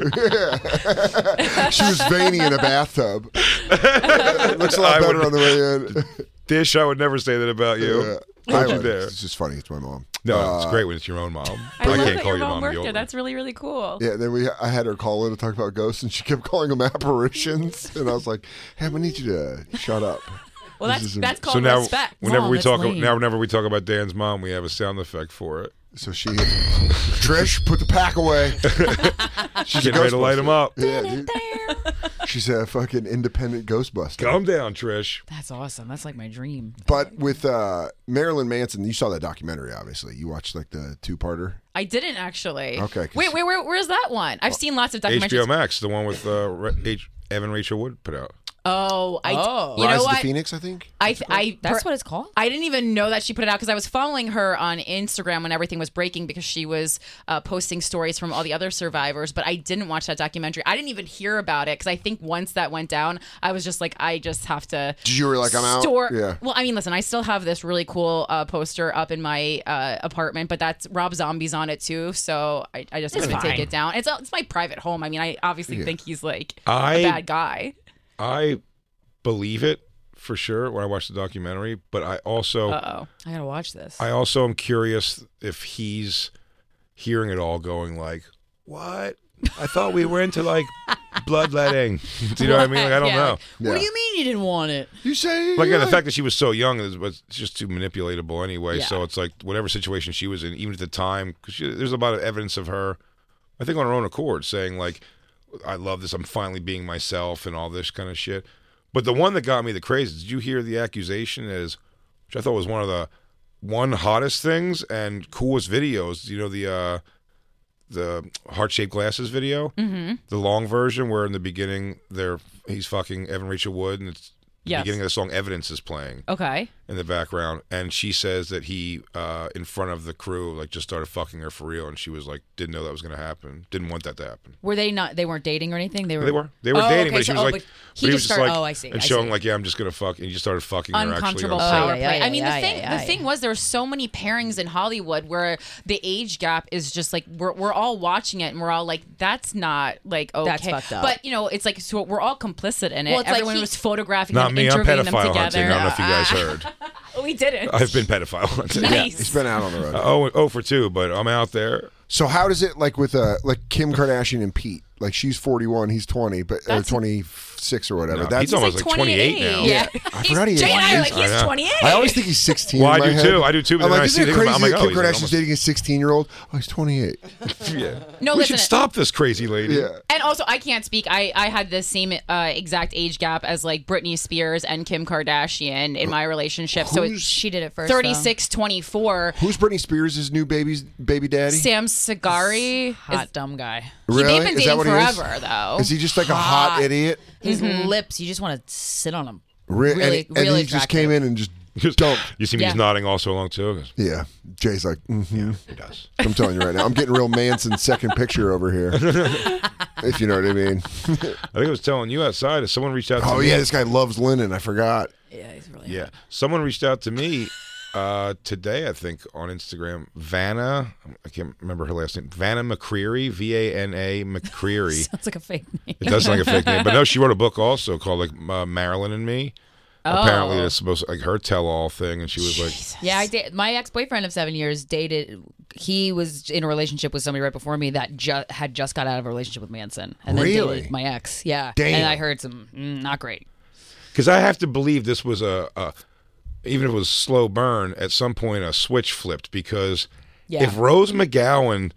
Speaker 4: she was veiny in a bathtub. it looks a lot
Speaker 3: I
Speaker 4: better
Speaker 3: would-
Speaker 4: on the way in.
Speaker 3: Dish, I would never say that about you.
Speaker 4: Yeah.
Speaker 3: Told
Speaker 4: I
Speaker 3: you
Speaker 4: would.
Speaker 3: there.
Speaker 4: It's just funny. It's my mom.
Speaker 3: No,
Speaker 4: Uh,
Speaker 3: it's great when it's your own mom.
Speaker 7: I
Speaker 3: But
Speaker 7: love
Speaker 3: can't
Speaker 7: that
Speaker 3: call
Speaker 7: your
Speaker 3: your
Speaker 7: mom worked
Speaker 3: Yoli.
Speaker 7: there. That's really really cool.
Speaker 4: Yeah, then we I had her call in to talk about ghosts, and she kept calling them apparitions, and I was like, "Hey, I'm gonna need you to shut up."
Speaker 7: Well,
Speaker 4: This
Speaker 7: that's
Speaker 4: is a-
Speaker 7: that's called
Speaker 3: so now,
Speaker 7: respect.
Speaker 3: whenever
Speaker 6: Mom,
Speaker 3: we
Speaker 6: that's
Speaker 3: talk,
Speaker 6: lame.
Speaker 3: now whenever we talk about Dan's mom, we have a sound effect for it.
Speaker 4: So she, Trish, put the pack away.
Speaker 3: She's getting ready to light him up.
Speaker 4: Yeah, dude. She's a fucking independent Ghostbuster.
Speaker 3: Calm down, Trish.
Speaker 6: That's awesome. That's like my dream.
Speaker 4: But with uh, Marilyn Manson, you saw that documentary, obviously. You watched like the two-parter.
Speaker 7: I didn't actually.
Speaker 4: Okay, 'cause-
Speaker 7: Wait, wait, where, where's that one? I've seen lots of documentaries.
Speaker 3: HBO Max, the one with uh, Ra- H- Evan Rachel Wood put out.
Speaker 7: Oh, I.
Speaker 6: Oh.
Speaker 7: You
Speaker 4: Rise
Speaker 7: know
Speaker 4: of the
Speaker 7: what?
Speaker 4: Phoenix, I think.
Speaker 7: I, th- I
Speaker 6: That's
Speaker 7: per-
Speaker 6: what it's called.
Speaker 7: I didn't even know that she put it out because I was following her on Instagram when everything was breaking because she was uh, posting stories from all the other survivors. But I didn't watch that documentary. I didn't even hear about it because I think once that went down, I was just like, I just have to.
Speaker 4: You were like, I'm out.
Speaker 7: store-
Speaker 4: Yeah.
Speaker 7: Well, I mean, listen, I still have this really cool uh, poster up in my uh, apartment, but that's Rob Zombie's on it too. So I, I just couldn't take it down. It's uh, it's my private home. I mean, I obviously think he's like
Speaker 3: I-
Speaker 7: a bad guy.
Speaker 3: I believe it for sure when I watched the documentary, but I also
Speaker 7: Uh oh.
Speaker 6: I gotta watch this.
Speaker 3: I also am curious if he's hearing it all going like, "What? I thought we were into like bloodletting." Do you know what I mean? Like I don't
Speaker 7: Yeah,
Speaker 3: know.
Speaker 7: like-
Speaker 4: Yeah.
Speaker 6: What do you mean you didn't want it?
Speaker 4: You say
Speaker 3: Like
Speaker 4: yeah.
Speaker 3: the fact that she was so young is was just too manipulatable anyway.
Speaker 6: Yeah.
Speaker 3: So it's like whatever situation she was in, even at the time, because there's a lot of evidence of her, I think on her own accord, saying like, "I love this. I'm finally being myself," and all this kind of shit. But the one that got me the craziest, did you hear the accusation is, which I thought was one of the one hottest things and coolest videos. You know the uh the heart shaped glasses video, mm-hmm. the long version where in the beginning they're he's fucking Evan Rachel Wood and it's the
Speaker 7: Yes.
Speaker 3: beginning of the song Evidence is playing
Speaker 7: Okay.
Speaker 3: in the background and she says that he uh in front of the crew like just started fucking her for real and she was like didn't know that was gonna happen didn't want that to happen.
Speaker 6: Were they not? They weren't dating or anything. They were.
Speaker 3: They were they were
Speaker 6: Oh,
Speaker 3: dating,
Speaker 6: okay,
Speaker 3: but she
Speaker 6: so-
Speaker 3: was
Speaker 6: oh,
Speaker 3: like,
Speaker 6: but
Speaker 3: but
Speaker 6: he
Speaker 3: he was
Speaker 6: just
Speaker 3: just
Speaker 6: started-
Speaker 3: like,
Speaker 6: oh, I see,
Speaker 3: and
Speaker 6: I
Speaker 3: showing
Speaker 6: see.
Speaker 3: like, yeah, I'm just gonna fuck, and you started fucking her actually.
Speaker 7: uncomfortable
Speaker 3: on set.
Speaker 7: power
Speaker 6: Oh,
Speaker 7: play.
Speaker 6: yeah, yeah,
Speaker 7: I mean,
Speaker 6: yeah,
Speaker 7: the thing
Speaker 6: yeah,
Speaker 7: the
Speaker 6: yeah.
Speaker 7: thing was there were so many pairings in Hollywood where the age gap is just like we're we're all watching it and we're all like, that's not like okay.
Speaker 6: That's fucked up.
Speaker 7: But you know, it's like so we're all complicit in it.
Speaker 6: Well, it's like
Speaker 7: Everyone
Speaker 6: he-
Speaker 7: was photographing
Speaker 3: Not
Speaker 7: them,
Speaker 3: me, I'm
Speaker 7: interviewing them
Speaker 3: pedophile hunting.
Speaker 7: together.
Speaker 3: I don't know if you guys heard.
Speaker 7: Ah, we didn't.
Speaker 3: I've been pedophile hunting.
Speaker 7: Nice.
Speaker 4: it's been out on the road.
Speaker 3: Uh, oh, oh for two, but I'm out there.
Speaker 4: so how does it like with uh like Kim Kardashian and Pete? Like she's 41, he's 20, but or
Speaker 7: That's-
Speaker 4: 26 or
Speaker 3: No,
Speaker 4: whatever. That's
Speaker 3: Uh, he's almost like 28, now.
Speaker 7: Yeah.
Speaker 4: I forgot he
Speaker 7: Jay and I are like,
Speaker 4: is.
Speaker 7: he's
Speaker 3: know.
Speaker 7: 28.
Speaker 4: I always think he's 16.
Speaker 3: Well,
Speaker 4: in
Speaker 3: I do
Speaker 4: my head.
Speaker 3: too. I do too, but then
Speaker 4: I'm like,
Speaker 3: I
Speaker 4: isn't
Speaker 3: see
Speaker 4: it
Speaker 3: things, I'm
Speaker 4: crazy
Speaker 3: like,
Speaker 4: that
Speaker 3: oh,
Speaker 4: Kim
Speaker 3: he's like
Speaker 4: Kardashian's
Speaker 3: almost-
Speaker 4: dating a 16 year old? Oh, he's 28.
Speaker 3: yeah.
Speaker 7: No,
Speaker 3: we
Speaker 7: listen.
Speaker 3: should stop this crazy lady.
Speaker 4: Yeah.
Speaker 7: And also, I can't speak. I, I had the same uh, exact age gap as like Britney Spears and Kim Kardashian in my relationship. So it's
Speaker 6: She did it first. though.
Speaker 7: 36, 24.
Speaker 4: Who's Britney Spears' new baby's baby daddy?
Speaker 7: Sam Sagari.
Speaker 6: Hot
Speaker 7: is-
Speaker 6: dumb guy.
Speaker 4: really?
Speaker 7: They've been
Speaker 4: is that
Speaker 7: dating
Speaker 4: what he is?
Speaker 7: forever, though. Mm-hmm.
Speaker 4: Is he just like a hot idiot?
Speaker 6: His lips. You just want to sit on him.
Speaker 4: Re-
Speaker 6: Really-
Speaker 4: and, and
Speaker 6: really
Speaker 4: he just came in and just dumped.
Speaker 3: You see me
Speaker 6: Yeah.
Speaker 3: just nodding all so long too.
Speaker 4: Yeah, Jay's like, mm-hmm.
Speaker 3: He does.
Speaker 4: I'm telling you right now, I'm getting real Manson second picture over here. if you know what I mean.
Speaker 3: I think I was telling you outside. If someone reached out. to
Speaker 4: oh
Speaker 3: me,
Speaker 4: yeah, this guy loves linen. I forgot.
Speaker 6: Yeah, he's really.
Speaker 3: Yeah. Someone reached out to me uh, today, I think, on Instagram. Vanna, I can't remember her last name. Vanna McCreary, V A N A McCreary.
Speaker 6: Sounds like a fake name.
Speaker 3: it does sound like a fake name, but no, she wrote a book also called like uh, Marilyn and Me. Apparently,
Speaker 6: Oh.
Speaker 3: it's supposed like her tell-all thing, and she was like,
Speaker 6: Yeah, I did. My ex boyfriend of seven years dated. He was in a relationship with somebody right before me that
Speaker 7: uh,
Speaker 6: ju- had just got out of a relationship with Manson, and then
Speaker 4: Really?
Speaker 6: dated my ex. Yeah,
Speaker 4: Damn.
Speaker 6: and I heard some mm, not great.
Speaker 3: because I have to believe this was a, a, even if it was a slow burn, at some point a switch flipped because
Speaker 6: Yeah.
Speaker 3: if Rose McGowan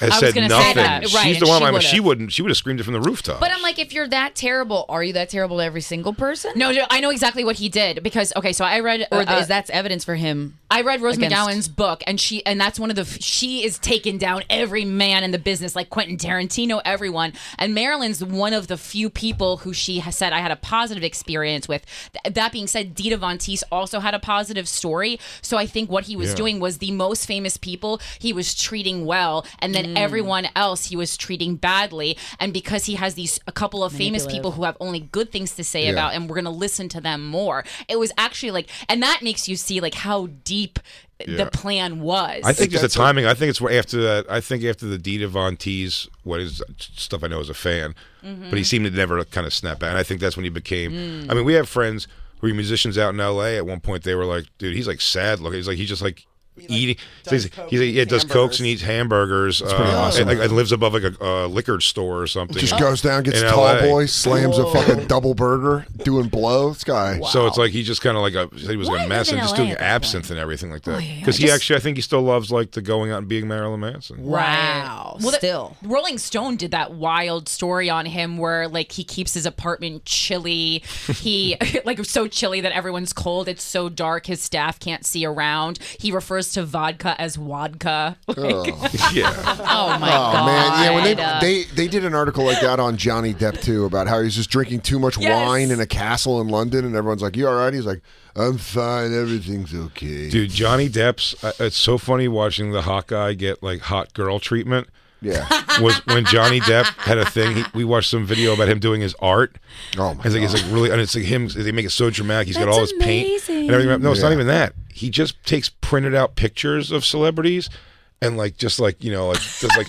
Speaker 3: has
Speaker 7: I was
Speaker 3: said
Speaker 7: gonna
Speaker 3: nothing,
Speaker 7: say that, right,
Speaker 3: she's the
Speaker 7: and
Speaker 3: one.
Speaker 7: she
Speaker 3: I mean,
Speaker 7: would've.
Speaker 3: she wouldn't. She would have screamed it from the rooftop.
Speaker 6: But I'm like, if you're that terrible, are you that terrible to every single person?
Speaker 7: No, no, I know exactly what he did because okay, so I read
Speaker 6: or
Speaker 7: uh, uh,
Speaker 6: is that's evidence for him?
Speaker 7: I read Rose
Speaker 6: Against-
Speaker 7: McGowan's book, and she and that's one of the she is taking down every man in the business, like Quentin Tarantino, everyone. And Marilyn's one of the few people who she has said I had a positive experience with. Th- that being said, Dita Von Teese also had a positive story, so I think what he was
Speaker 3: Yeah.
Speaker 7: doing was the most famous people he was treating well, and
Speaker 3: Mm.
Speaker 7: then everyone else he was treating badly. And because he has these a couple of famous people who have only good things to say about, and we're gonna listen to them more. It was actually like, and that makes you see like how deep
Speaker 3: Yeah.
Speaker 7: the plan was.
Speaker 3: I think it's the
Speaker 4: That's what-
Speaker 3: timing. I think it's where after that. I think after the Dita Von Teese, what is stuff I know as a fan,
Speaker 7: Mm-hmm.
Speaker 3: but he seemed to never kind of snap back. And I think that's when he became.
Speaker 7: Mm.
Speaker 3: I mean, we have friends who are musicians out in L.A. At one point, they were like, "Dude, he's like sad looking. He's like he's just like." Eating, he's,
Speaker 8: Coke
Speaker 3: he's like, yeah,
Speaker 8: and
Speaker 3: does cokes and
Speaker 8: hamburgers.
Speaker 3: eats hamburgers. Uh,
Speaker 4: pretty awesome.
Speaker 3: and, like, and lives above like a uh, liquor store or something.
Speaker 4: Just goes down, gets
Speaker 3: in
Speaker 4: a tall
Speaker 3: LA.
Speaker 4: boy, slams a fucking double burger, doing blow. This guy.
Speaker 3: So it's like he just kind of like a he said he was
Speaker 7: Why
Speaker 3: like a mess and
Speaker 7: live in
Speaker 3: just
Speaker 7: LA
Speaker 3: doing
Speaker 7: at that
Speaker 3: absinthe
Speaker 7: point?
Speaker 3: and everything like that.
Speaker 7: yeah,
Speaker 3: Because he
Speaker 7: just-
Speaker 3: actually, I think he still loves like the going out and being Marilyn Manson.
Speaker 6: Wow,
Speaker 7: Well, the-
Speaker 6: still.
Speaker 7: Rolling Stone did that wild story on him where like he keeps his apartment chilly. He like so chilly that everyone's cold. It's so dark his staff can't see around. He refers to vodka as vodka.
Speaker 4: Oh.
Speaker 3: yeah.
Speaker 7: Oh my
Speaker 4: Oh
Speaker 7: god.
Speaker 4: man, yeah. When
Speaker 7: Uh,
Speaker 4: they, they they did an article like that on Johnny Depp too about how he's just drinking too much
Speaker 7: Yes.
Speaker 4: wine in a castle in London, and everyone's like, "You all right?" He's like, "I'm fine. Everything's okay."
Speaker 3: Dude, Johnny Depp's. I- It's so funny watching the hot guy get like hot girl treatment.
Speaker 4: Yeah.
Speaker 3: Was when Johnny Depp had a thing. He, we watched some video about him doing his art.
Speaker 4: Oh my
Speaker 3: It's like it's like really, and it's like him. They make it so dramatic. He's got all his paint and everything. No, it's not
Speaker 4: Yeah.
Speaker 3: even that. He just takes printed out pictures of celebrities, and like just like you know, like just like.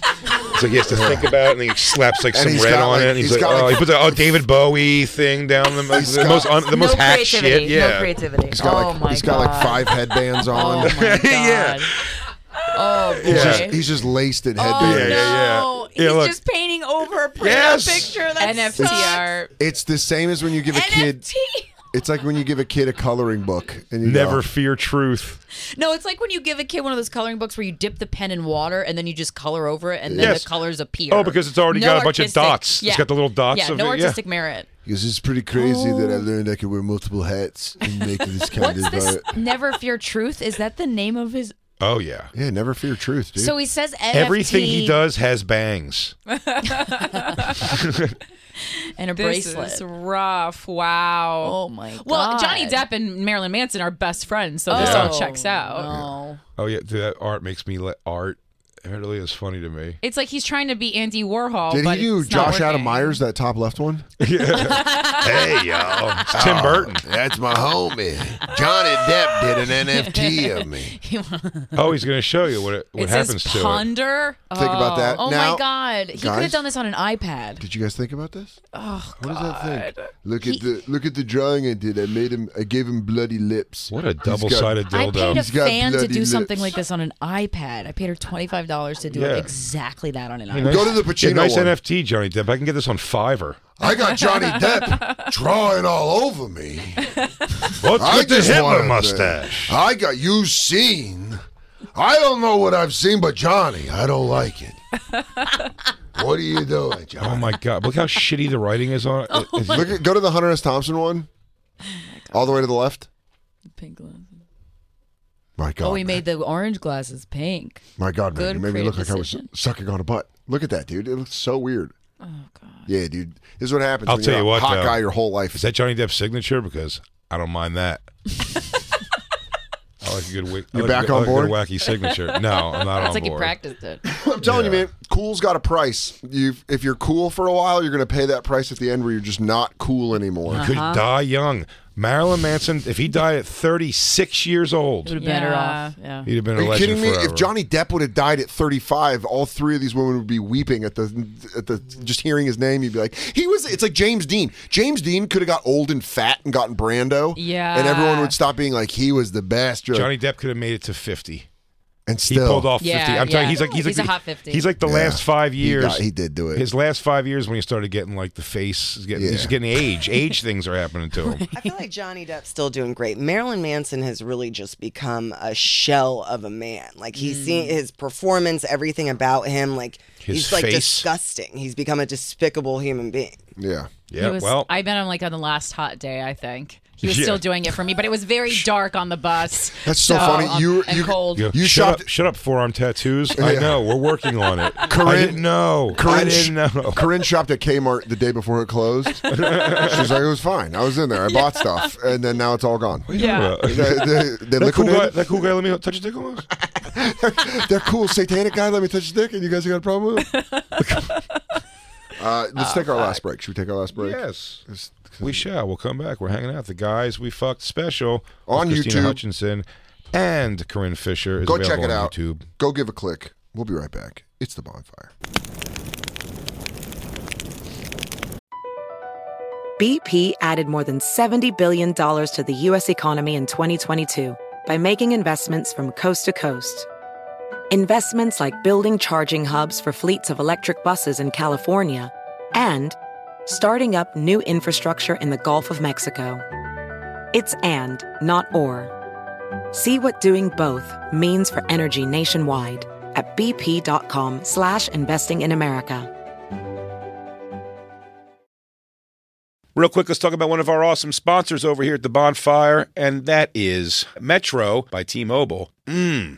Speaker 3: It's like he has to think about it, and he slaps like
Speaker 4: And
Speaker 3: some
Speaker 4: he's
Speaker 3: red
Speaker 4: got,
Speaker 3: on
Speaker 4: like-
Speaker 3: it. And he's,
Speaker 4: he's
Speaker 3: like,
Speaker 4: got,
Speaker 3: oh,
Speaker 4: like-
Speaker 3: he puts a oh, David Bowie thing down the, the
Speaker 4: got-
Speaker 3: most un, the most hack shit. Yeah,
Speaker 8: No creativity.
Speaker 4: He's got
Speaker 8: oh
Speaker 4: like
Speaker 8: my
Speaker 4: he's got
Speaker 8: god.
Speaker 4: like five headbands on.
Speaker 6: Oh
Speaker 3: yeah.
Speaker 8: Oh boy.
Speaker 4: He's, just, he's just laced in headbands.
Speaker 3: yeah, yeah.
Speaker 9: No,
Speaker 6: Oh
Speaker 3: Yeah,
Speaker 9: he's
Speaker 3: look.
Speaker 9: just painting over a pretty
Speaker 3: Yes.
Speaker 9: picture. That's
Speaker 6: NFT art.
Speaker 4: It's the same as when you give a kid. It's like when you give a kid a coloring book and you
Speaker 3: Never
Speaker 4: go,
Speaker 3: fear truth.
Speaker 6: No, it's like when you give a kid one of those coloring books where you dip the pen in water and then you just color over it and then
Speaker 3: Yes.
Speaker 6: the colors appear.
Speaker 3: Oh, because it's already
Speaker 6: No
Speaker 3: got a bunch of
Speaker 6: artistic-
Speaker 3: dots.
Speaker 6: yeah.
Speaker 3: It's got the little dots
Speaker 6: Yeah,
Speaker 3: of
Speaker 6: no
Speaker 3: it. Yeah.
Speaker 6: artistic merit.
Speaker 4: Because it's pretty crazy that I learned I could wear multiple hats and make this kind
Speaker 9: What's
Speaker 4: of uh,
Speaker 9: this?
Speaker 4: art.
Speaker 9: Never fear truth. Is that the name of his?
Speaker 3: Oh yeah.
Speaker 4: Yeah, never fear truth, dude.
Speaker 9: So he says NFT
Speaker 3: Everything he does has bangs.
Speaker 9: and a
Speaker 7: this
Speaker 9: bracelet.
Speaker 7: is rough. Wow.
Speaker 9: Oh my god.
Speaker 7: Well, Johnny Depp and Marilyn Manson are best friends, so this
Speaker 3: Yeah.
Speaker 7: all checks out.
Speaker 9: No.
Speaker 3: Oh yeah, dude, that art makes me let art. It really is funny to me.
Speaker 7: It's like he's trying to be Andy Warhol.
Speaker 4: Did
Speaker 7: but
Speaker 4: he do
Speaker 7: it's not
Speaker 4: Josh Adam
Speaker 7: working.
Speaker 4: Myers, that top left one?
Speaker 3: hey y'all, it's Tim Burton.
Speaker 4: That's my homie. Johnny Depp did an NFT of me.
Speaker 3: Oh, he's gonna show you what it, what
Speaker 7: It
Speaker 3: happens
Speaker 7: says
Speaker 3: to it.
Speaker 7: ponder.
Speaker 4: Think about that.
Speaker 9: Oh
Speaker 4: now,
Speaker 9: my god. He could
Speaker 4: guys-
Speaker 9: have done this on an iPad.
Speaker 4: Did you guys think about this? Oh what does that think? Look at the look at the drawing I did. I made him. I gave him bloody lips.
Speaker 3: What a
Speaker 4: He's got-
Speaker 3: double-sided
Speaker 9: I paid a
Speaker 4: He's got
Speaker 9: fan to
Speaker 4: bloody
Speaker 9: do something
Speaker 4: lips.
Speaker 9: like this on an iPad. I paid her twenty five dollars to do
Speaker 3: Yeah.
Speaker 9: it exactly that on an iPad.
Speaker 4: Go to the
Speaker 3: Yeah,
Speaker 4: Pacino
Speaker 3: nice
Speaker 4: one.
Speaker 3: NFT, Johnny Depp. I can get this on Fiverr.
Speaker 4: I got Johnny Depp drawing all over me.
Speaker 3: What's
Speaker 4: I
Speaker 3: with the
Speaker 4: just
Speaker 3: Hitler
Speaker 4: wanted
Speaker 3: mustache?
Speaker 4: that. I got you seen. I don't know what I've seen, but Johnny, I don't like it. what are you doing, Johnny?
Speaker 3: Oh my god! Look how shitty the writing is on it. It's-
Speaker 4: Look at, go to the Hunter S. Thompson one. All the way to the left.
Speaker 9: Pink glasses.
Speaker 4: My God.
Speaker 6: Oh, he
Speaker 4: man.
Speaker 6: made the orange glasses pink.
Speaker 4: My God, man.
Speaker 6: good
Speaker 4: It made me look
Speaker 6: creative
Speaker 4: like I was
Speaker 6: decision. Oh,
Speaker 4: sucking on a butt. Look at that, dude. It looks so weird. Yeah, dude. This is what happens.
Speaker 3: I'll
Speaker 4: when
Speaker 3: tell
Speaker 4: you're
Speaker 3: you
Speaker 4: a
Speaker 3: what,
Speaker 4: hot
Speaker 3: though,
Speaker 4: guy your whole life.
Speaker 3: Is that Johnny Depp's signature? Because I don't mind that. I like a good. Wi- I
Speaker 4: You're
Speaker 3: like a
Speaker 4: back
Speaker 3: good- I
Speaker 4: on
Speaker 3: like a good
Speaker 4: board?
Speaker 3: wacky signature. No, I'm not
Speaker 6: That's
Speaker 3: on
Speaker 6: like he
Speaker 3: board.
Speaker 6: practiced it.
Speaker 4: I'm telling you, man, cool's got a price. You, if you're cool for a while, you're going to pay that price at the end where you're just not cool anymore.
Speaker 3: You could
Speaker 6: Uh-huh.
Speaker 3: die young. Marilyn Manson, if he died at 36 years old,
Speaker 6: Would have been better off. Yeah.
Speaker 3: he'd have been
Speaker 4: Are
Speaker 3: a
Speaker 4: you
Speaker 3: legend
Speaker 4: kidding me?
Speaker 3: forever.
Speaker 4: If Johnny Depp would have died at 35, all three of these women would be weeping at the at the just hearing his name. You'd be like, he was. It's like James Dean. James Dean could have got old and fat and gotten Brando.
Speaker 7: Yeah.
Speaker 4: and everyone would stop being like, he was the best. You're like,
Speaker 3: Johnny Depp could have made it to 50.
Speaker 4: and
Speaker 3: He
Speaker 4: still
Speaker 3: pulled off 50.
Speaker 6: Yeah,
Speaker 3: I'm telling
Speaker 6: yeah.
Speaker 3: you, he's like he's,
Speaker 6: He's
Speaker 3: like
Speaker 6: a hot 50.
Speaker 3: He's like the
Speaker 4: Yeah.
Speaker 3: last five
Speaker 4: He
Speaker 3: years.
Speaker 4: got- he did do it.
Speaker 3: His last five years when he started getting like the face, he's getting, he's
Speaker 4: Yeah.
Speaker 3: getting age. Age things are happening to him.
Speaker 8: I feel like Johnny Depp's still doing great. Marilyn Manson has really just become a shell of a man. Like he's
Speaker 6: Mm.
Speaker 8: seen his performance, everything about him. Like
Speaker 3: His
Speaker 8: he's like
Speaker 3: face.
Speaker 8: disgusting. He's become a despicable human being.
Speaker 4: Yeah.
Speaker 3: Yeah,
Speaker 7: It was-
Speaker 3: well,
Speaker 7: I met him like on the last hot day. I think he was
Speaker 3: Yeah.
Speaker 7: still doing it for me, but it was very dark on the bus.
Speaker 4: That's so funny.
Speaker 7: um,
Speaker 4: You-
Speaker 7: and
Speaker 4: you-
Speaker 7: cold.
Speaker 3: you,
Speaker 4: You
Speaker 3: shut
Speaker 4: shot-
Speaker 3: up, shut up, forearm tattoos. I
Speaker 4: Yeah.
Speaker 3: know we're working on it. I
Speaker 4: Corinne-
Speaker 3: didn't know. I
Speaker 4: Corinne,
Speaker 3: didn't know.
Speaker 4: Corinne shopped at Kmart the day before it closed. She's like, it was fine. I was in there. I bought stuff, and then now it's all gone.
Speaker 7: Yeah.
Speaker 4: They, they, they
Speaker 3: That cool, guy,
Speaker 4: liquidated.
Speaker 3: that cool guy, let me touch a dick on us.
Speaker 4: That cool satanic guy. Let me touch his dick, and you guys got a problem with it? uh, let's take our last break. Should we take our last break?
Speaker 3: Yes.
Speaker 4: Just-
Speaker 3: We shall. We'll come back. We're hanging out. The guys we fucked special with
Speaker 4: On
Speaker 3: Christina
Speaker 4: YouTube.
Speaker 3: Hutchinson and Corinne Fisher is
Speaker 4: Go
Speaker 3: available
Speaker 4: check it
Speaker 3: on
Speaker 4: out.
Speaker 3: YouTube.
Speaker 4: Go give a click. We'll be right back. It's the bonfire.
Speaker 10: BP added more than $70 billion to the U.S. economy in 2022 by making investments from coast to coast. Investments like building charging hubs for fleets of electric buses in California and starting up new infrastructure in the Gulf of Mexico. It's and, not or. See what doing both means for energy nationwide at bp.com slash investing in America.
Speaker 3: Real quick, let's talk about one of our awesome sponsors over here at the bonfire, and that is Metro by T Mobile. Mmm.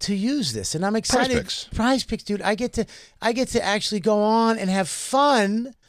Speaker 1: to use this. And I'm excited.
Speaker 3: Picks.
Speaker 1: Prize picks, dude. I get to I get to actually go on and have fun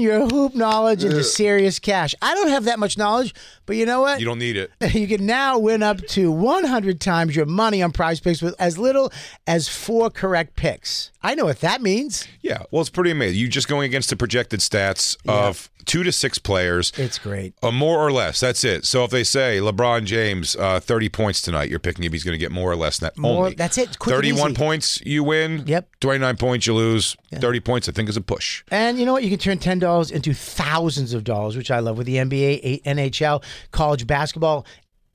Speaker 1: your hoop knowledge into serious cash. I don't have that much knowledge, but you know what?
Speaker 3: You don't need it.
Speaker 1: You can now win up to 100 times your money on prize picks with as little as four correct picks. I know what that means.
Speaker 3: Yeah. Well, it's pretty amazing. You're just going against the projected stats of two to six players.
Speaker 1: It's great.
Speaker 3: Uh, more or less. That's it. So if they say LeBron James, uh, 30 points tonight, you're picking if he's going to get more or less than that.
Speaker 1: More-
Speaker 3: only.
Speaker 1: that's it. Quick and
Speaker 3: 31
Speaker 1: easy.
Speaker 3: points, you win.
Speaker 1: Yep.
Speaker 3: 29 points, you lose. 30 points, I think, is a push.
Speaker 1: And you know what? You can turn ten dollars into thousands of dollars, which I love with the NBA, A- NHL, college basketball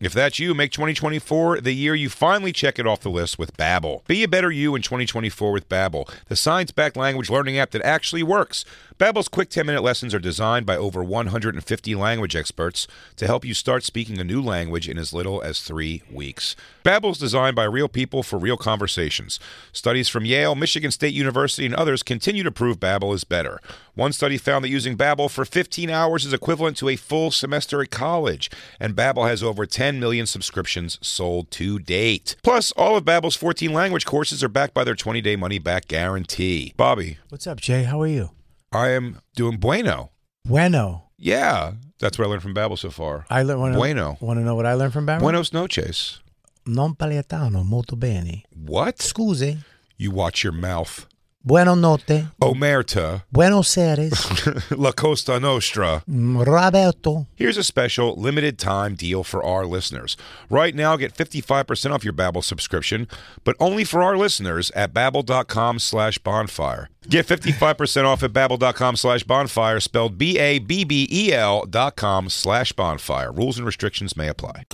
Speaker 3: If that's you, make 2024 the year you finally check it off the list with Babbel. Be a better you in 2024 with Babbel, the science-backed language learning app that actually works. Babbel's quick 10-minute lessons are designed by over 150 language experts to help you start speaking a new language in as little as 3 weeks. Babbel's designed by real people for real conversations. Studies from Yale, Michigan State University, University and others continue to prove Babbel is better. One study found that using Babbel for 15 hours is equivalent to a full semester at college, and Babbel has over 10 million subscriptions sold to date. Plus, all of Babbel's 14 language courses are backed by their 20-day money-back guarantee. Bobby,
Speaker 1: What's up, Jay? How are you?
Speaker 3: I am doing bueno.
Speaker 1: Bueno.
Speaker 3: Yeah, that's what I learned from Babbel so far.
Speaker 1: I learned. wanna-
Speaker 3: bueno.
Speaker 1: Want to know what I learned from Barry?
Speaker 3: Buenos noches.
Speaker 1: Non paliatano molto bene.
Speaker 3: What?
Speaker 1: Scusi.
Speaker 3: You watch your mouth.
Speaker 1: Bueno notte.
Speaker 3: Omerta,
Speaker 1: Buenos Aires.
Speaker 3: La Costa Nostra.
Speaker 1: Mm, Roberto.
Speaker 3: Here's a special limited time deal for our listeners. Right now, get 55% off your Babbel subscription, but only for our listeners at babbel.com slash bonfire. Get 55% off at babbel.com slash bonfire, spelled B-A-B-B-E-L E dot com slash bonfire. Rules and restrictions may apply.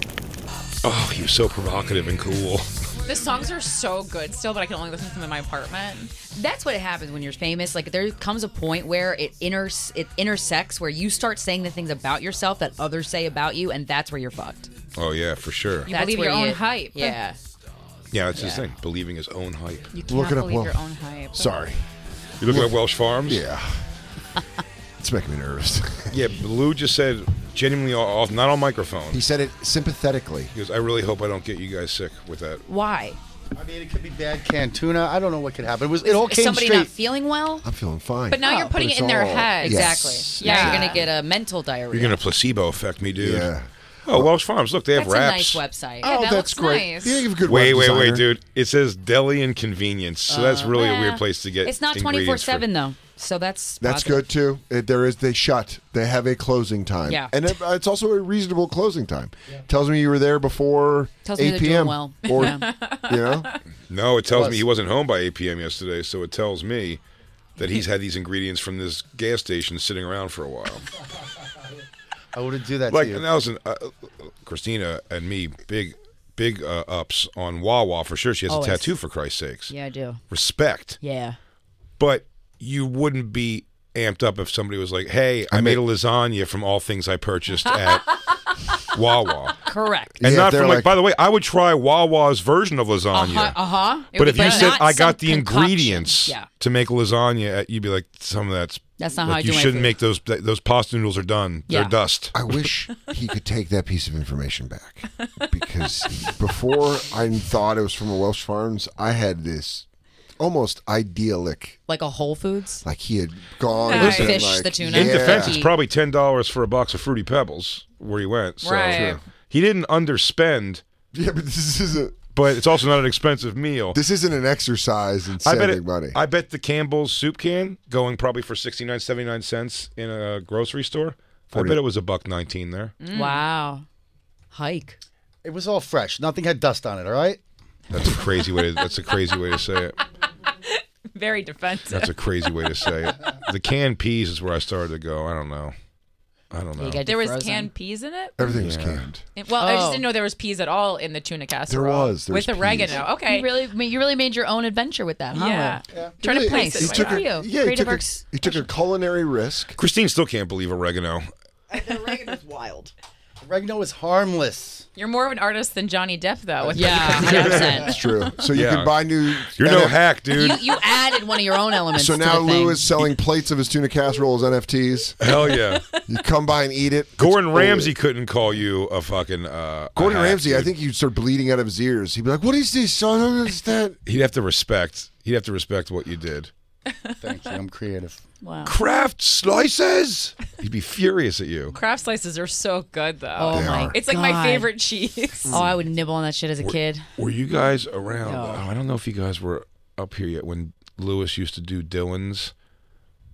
Speaker 3: Oh, you're so provocative and cool.
Speaker 7: The songs are so good still, but I can only listen to them in my apartment.
Speaker 6: That's what happens when you're famous. Like there comes a point where it inters it intersects where you start saying the things about yourself that others say about you, and that's where you're fucked.
Speaker 3: Oh, yeah, for sure.
Speaker 7: You believe
Speaker 6: where
Speaker 7: your own
Speaker 6: you-
Speaker 7: hype.
Speaker 6: Yeah.
Speaker 3: Yeah, that's his thing, believing his own hype.
Speaker 7: You can't Look it up, believe Welsh. your own hype.
Speaker 3: Sorry. You looking at Welsh Farms?
Speaker 4: Yeah. It's making me nervous.
Speaker 3: yeah, Lou just said genuinely off, not on microphone.
Speaker 4: He said it sympathetically.
Speaker 3: He goes, I really hope I don't get you guys sick with that.
Speaker 6: Why?
Speaker 5: I mean, it could be bad canned tuna. I don't know what could happen. It was it all
Speaker 6: Is
Speaker 5: came
Speaker 6: somebody
Speaker 5: straight.
Speaker 6: not feeling well?
Speaker 4: I'm feeling fine.
Speaker 7: But now
Speaker 3: Ah,
Speaker 7: you're putting it in their head.
Speaker 6: Exactly. Yeah.
Speaker 7: Yeah.
Speaker 6: you're gonna get a mental diarrhea.
Speaker 3: You're gonna placebo effect me, dude.
Speaker 4: Yeah.
Speaker 3: Oh, Welsh Farms. Look, they have wraps.
Speaker 6: that's a nice
Speaker 3: Oh,
Speaker 6: website.
Speaker 7: Yeah, that looks nice.
Speaker 4: Oh, Yeah, you have a good
Speaker 3: wait,
Speaker 4: web
Speaker 3: wait, wait,
Speaker 4: designer.
Speaker 3: dude. It says deli and convenience, so that's really a weird place to get.
Speaker 6: Uh, It's not twenty four
Speaker 3: ingredients for-
Speaker 6: seven though, so that's
Speaker 4: That's
Speaker 6: positive.
Speaker 4: good too. It, there is they shut. They have a closing time.
Speaker 6: Yeah.
Speaker 4: and it, it's also a reasonable closing time. Tells me you were there before
Speaker 6: Tells me
Speaker 4: 8
Speaker 6: they're doing
Speaker 4: p.m.
Speaker 6: well.
Speaker 4: or
Speaker 6: Yeah.
Speaker 4: you know
Speaker 3: No, it tells
Speaker 4: It
Speaker 3: me
Speaker 4: was.
Speaker 3: he wasn't home by 8 p.m. yesterday, so it tells me that he's had these ingredients from this gas station sitting around for a while.
Speaker 5: I wouldn't do that
Speaker 3: like,
Speaker 5: to you.
Speaker 3: and Allison, uh, Christina and me, big, big uh, ups on Wawa for sure. She has
Speaker 6: Always.
Speaker 3: a tattoo for Christ's sakes.
Speaker 6: Yeah, I do.
Speaker 3: Respect.
Speaker 6: Yeah.
Speaker 3: but you wouldn't be amped up if somebody was like, "Hey, I, made a lasagna from all things I purchased at Wawa."
Speaker 6: Correct.
Speaker 3: And
Speaker 4: Yeah,
Speaker 3: not
Speaker 4: they're
Speaker 3: from like,
Speaker 4: like-
Speaker 3: by the way, I would try Wawa's version of lasagna.
Speaker 6: Uh huh.
Speaker 3: But if you said I got the ingredients
Speaker 6: Yeah.
Speaker 3: to make lasagna, at, you'd be like, "Some of that's
Speaker 6: That's not
Speaker 3: like,
Speaker 6: how I
Speaker 3: you
Speaker 6: do my
Speaker 3: shouldn't
Speaker 6: food.
Speaker 3: make those. th- Those pasta noodles are done.
Speaker 6: Yeah.
Speaker 3: They're dust."
Speaker 4: I wish he could take that piece of information back because before I thought it was from a Welsh Farms, I had this almost idyllic,
Speaker 6: Like a Whole Foods.
Speaker 4: like he had gone
Speaker 7: Nice.
Speaker 4: and,
Speaker 6: Fish,
Speaker 4: like,
Speaker 6: the tuna.
Speaker 3: In defense,
Speaker 4: yeah.
Speaker 3: it's probably ten dollars for a box of fruity pebbles where he went. So
Speaker 7: Right. True.
Speaker 3: he didn't underspend,
Speaker 4: yeah, but this isn't
Speaker 3: but it's also not an expensive meal.
Speaker 4: this isn't an exercise in
Speaker 3: I
Speaker 4: saving
Speaker 3: bet, it-
Speaker 4: money.
Speaker 3: I bet the Campbell's soup can going probably for 69 79 cents in a grocery store. I bet it was a buck 19 there.
Speaker 6: Wow. Hike.
Speaker 5: It was all fresh. Nothing had dust on it. All right.
Speaker 3: That's a crazy way to that's a crazy way to say it.
Speaker 7: Very defensive.
Speaker 3: That's a crazy way to say it. The canned peas is where I started to go. I don't know. I don't know.
Speaker 6: You gotta
Speaker 7: There was
Speaker 6: defrozen.
Speaker 7: canned peas in it?
Speaker 4: Everything was canned.
Speaker 7: It- Well, I just
Speaker 6: Oh.
Speaker 7: didn't know there was peas at all in the tuna casserole.
Speaker 4: was. There
Speaker 7: with
Speaker 4: was peas.
Speaker 7: oregano. Okay.
Speaker 6: You really, I mean, you really made your own adventure with that, huh?
Speaker 7: yeah. Trying to
Speaker 4: Really,
Speaker 7: place it.
Speaker 4: he
Speaker 7: in my
Speaker 4: took a,
Speaker 7: mind.
Speaker 4: yeah,
Speaker 6: You.
Speaker 4: he
Speaker 6: Oh, Creative
Speaker 4: took a-
Speaker 6: Works.
Speaker 4: he took a culinary risk.
Speaker 3: Christine still can't believe oregano.
Speaker 11: The oregano is wild.
Speaker 5: Oregano is harmless.
Speaker 7: You're more of an artist than Johnny Depp, though. With
Speaker 6: Yeah, 100%.
Speaker 4: That's true. So you
Speaker 3: Yeah.
Speaker 4: can buy new.
Speaker 3: You're no
Speaker 4: NF
Speaker 3: hack, dude.
Speaker 6: you, you added one of your own elements.
Speaker 4: So
Speaker 6: to
Speaker 4: now
Speaker 6: the thing.
Speaker 4: Lou is selling plates of his tuna casserole as NFTs.
Speaker 3: Hell yeah.
Speaker 4: You come by and eat it.
Speaker 3: Gordon
Speaker 4: It's-
Speaker 3: Ramsay couldn't call you a fucking uh a
Speaker 4: Gordon
Speaker 3: hack,
Speaker 4: Ramsay, I
Speaker 3: dude.
Speaker 4: think he'd start bleeding out of his ears. He'd be like, "What is this? I don't understand."
Speaker 3: he'd have to respect he'd have to respect what you did.
Speaker 5: Thank you. I'm creative.
Speaker 7: Wow.
Speaker 3: Craft slices. He'd be furious at you.
Speaker 7: Kraft slices are so good, though.
Speaker 3: Oh They my are.
Speaker 7: It's like my
Speaker 6: God.
Speaker 7: favorite cheese.
Speaker 6: Oh, I would nibble on that shit as a
Speaker 3: Were-
Speaker 6: kid.
Speaker 3: Were you guys around?
Speaker 6: No.
Speaker 3: Oh, I don't know if you guys were up here yet when Lewis used to do Dylan's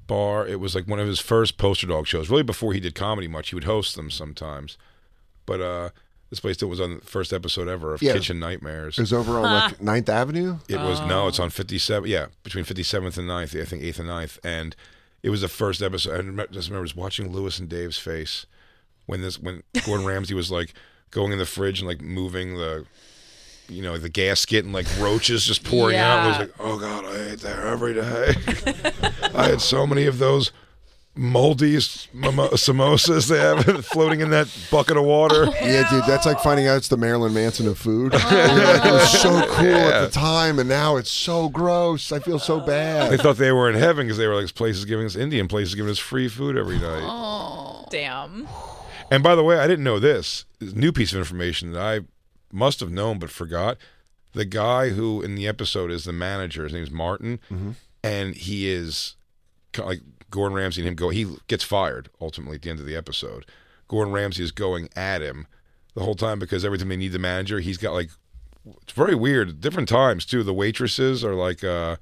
Speaker 3: bar. It was like one of his first poster dog shows. Really before he did comedy much, he would host them sometimes. But uh this place that was on the first episode ever of
Speaker 4: Yeah.
Speaker 3: Kitchen Nightmares.
Speaker 4: It was over on like 9th Avenue.
Speaker 3: It was no, it's on 57. Yeah, between 57th and 9th, I think 8th and 9th. And it was the first episode. I remember, just remember just watching Lewis and Dave's face when this when Gordon Ramsay was like going in the fridge and like moving the you know the gasket and like roaches just pouring out. It was like, oh god, I ate there every day. I had so many of those moldy s- mimo- samosas they have floating in that bucket of water.
Speaker 4: Yeah, dude, that's like finding out it's the Marilyn Manson of food.
Speaker 6: Oh.
Speaker 4: Like, it was so cool at the time, and now it's so gross. I feel so
Speaker 3: They
Speaker 4: bad.
Speaker 3: thought they were in heaven because they were like, this place is giving us Indian, place is giving us free food every night.
Speaker 7: Oh, damn.
Speaker 3: And by the way, I didn't know this. This new piece of information that I must have known but forgot. The guy who in the episode is the manager, his name's Martin, and he is co- like Gordon Ramsay and him go. He gets fired ultimately at the end of the episode. Gordon Ramsay is going at him the whole time because every time they need the manager, he's got like it's very weird. Different times too. The waitresses are like uh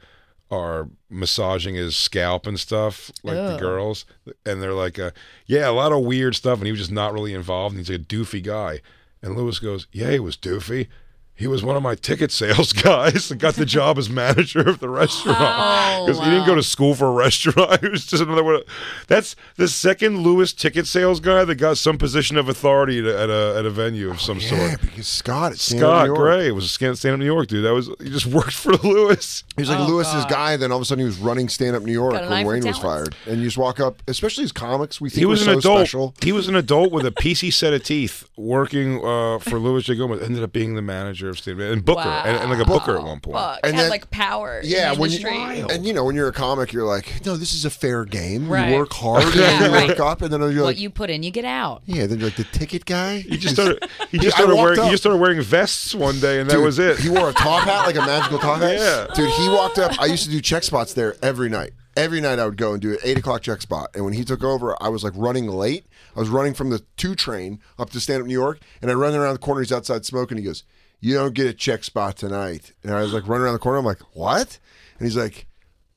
Speaker 3: are massaging his scalp and stuff, like the
Speaker 12: Ew.
Speaker 3: girls, and they're like, uh, yeah, a lot of weird stuff. And he was just not really involved. And he's a doofy guy. And Lewis goes, yeah, he was doofy. He was one of my ticket sales guys and got the job as manager of the restaurant because he didn't go to school for a restaurant. He was just another one. of- That's the second Lewis ticket sales guy that got some position of authority at a at a, at a venue of some
Speaker 4: Yeah,
Speaker 3: sort.
Speaker 4: because Scott at Stand Up
Speaker 3: Scott
Speaker 4: New York.
Speaker 3: Gray was a scan- stand up New York dude. That was he just worked for Lewis.
Speaker 4: He was like Lewis's guy, then all of a sudden he was running stand up New York
Speaker 3: Got an eye
Speaker 4: when
Speaker 3: for
Speaker 4: Wayne was fired.
Speaker 3: talent.
Speaker 4: And you just walk up, especially as comics, we think
Speaker 3: He was
Speaker 4: we're
Speaker 3: an
Speaker 4: so
Speaker 3: adult.
Speaker 4: special.
Speaker 3: He was an adult with a PC set of teeth working uh, for Louis J. Gomez. Ended up being the manager of State and Booker and, and like a Booker at one point.
Speaker 9: Fuck.
Speaker 4: And
Speaker 9: had
Speaker 4: then-
Speaker 9: like power. in
Speaker 4: Yeah,
Speaker 9: the
Speaker 4: when you,
Speaker 9: industry.
Speaker 4: and you know when you're a comic, you're like, no, this is a fair game.
Speaker 6: Right.
Speaker 4: You work hard, and
Speaker 6: Yeah,
Speaker 4: then you
Speaker 6: right.
Speaker 4: work up, and then you're
Speaker 6: What
Speaker 4: like,
Speaker 6: you put in, you get out.
Speaker 4: yeah, then you're like the ticket guy.
Speaker 3: He just started. He
Speaker 4: Yeah,
Speaker 3: just
Speaker 4: I
Speaker 3: started
Speaker 4: walked
Speaker 3: wearing.
Speaker 4: up.
Speaker 3: He just started wearing vests one day, and that
Speaker 4: Dude,
Speaker 3: was it.
Speaker 4: He wore a top hat, like a magical top hat.
Speaker 3: Yeah.
Speaker 4: Dude, he walked up. I used to do check spots there every night. Every night I would go and do an eight o'clock check spot. And when he took over, I was like running late. I was running from the two train up to stand up New York. And I run around the corner. He's outside smoking. He goes, You don't get a check spot tonight. And I was like running around the corner. I'm like, What? And he's like,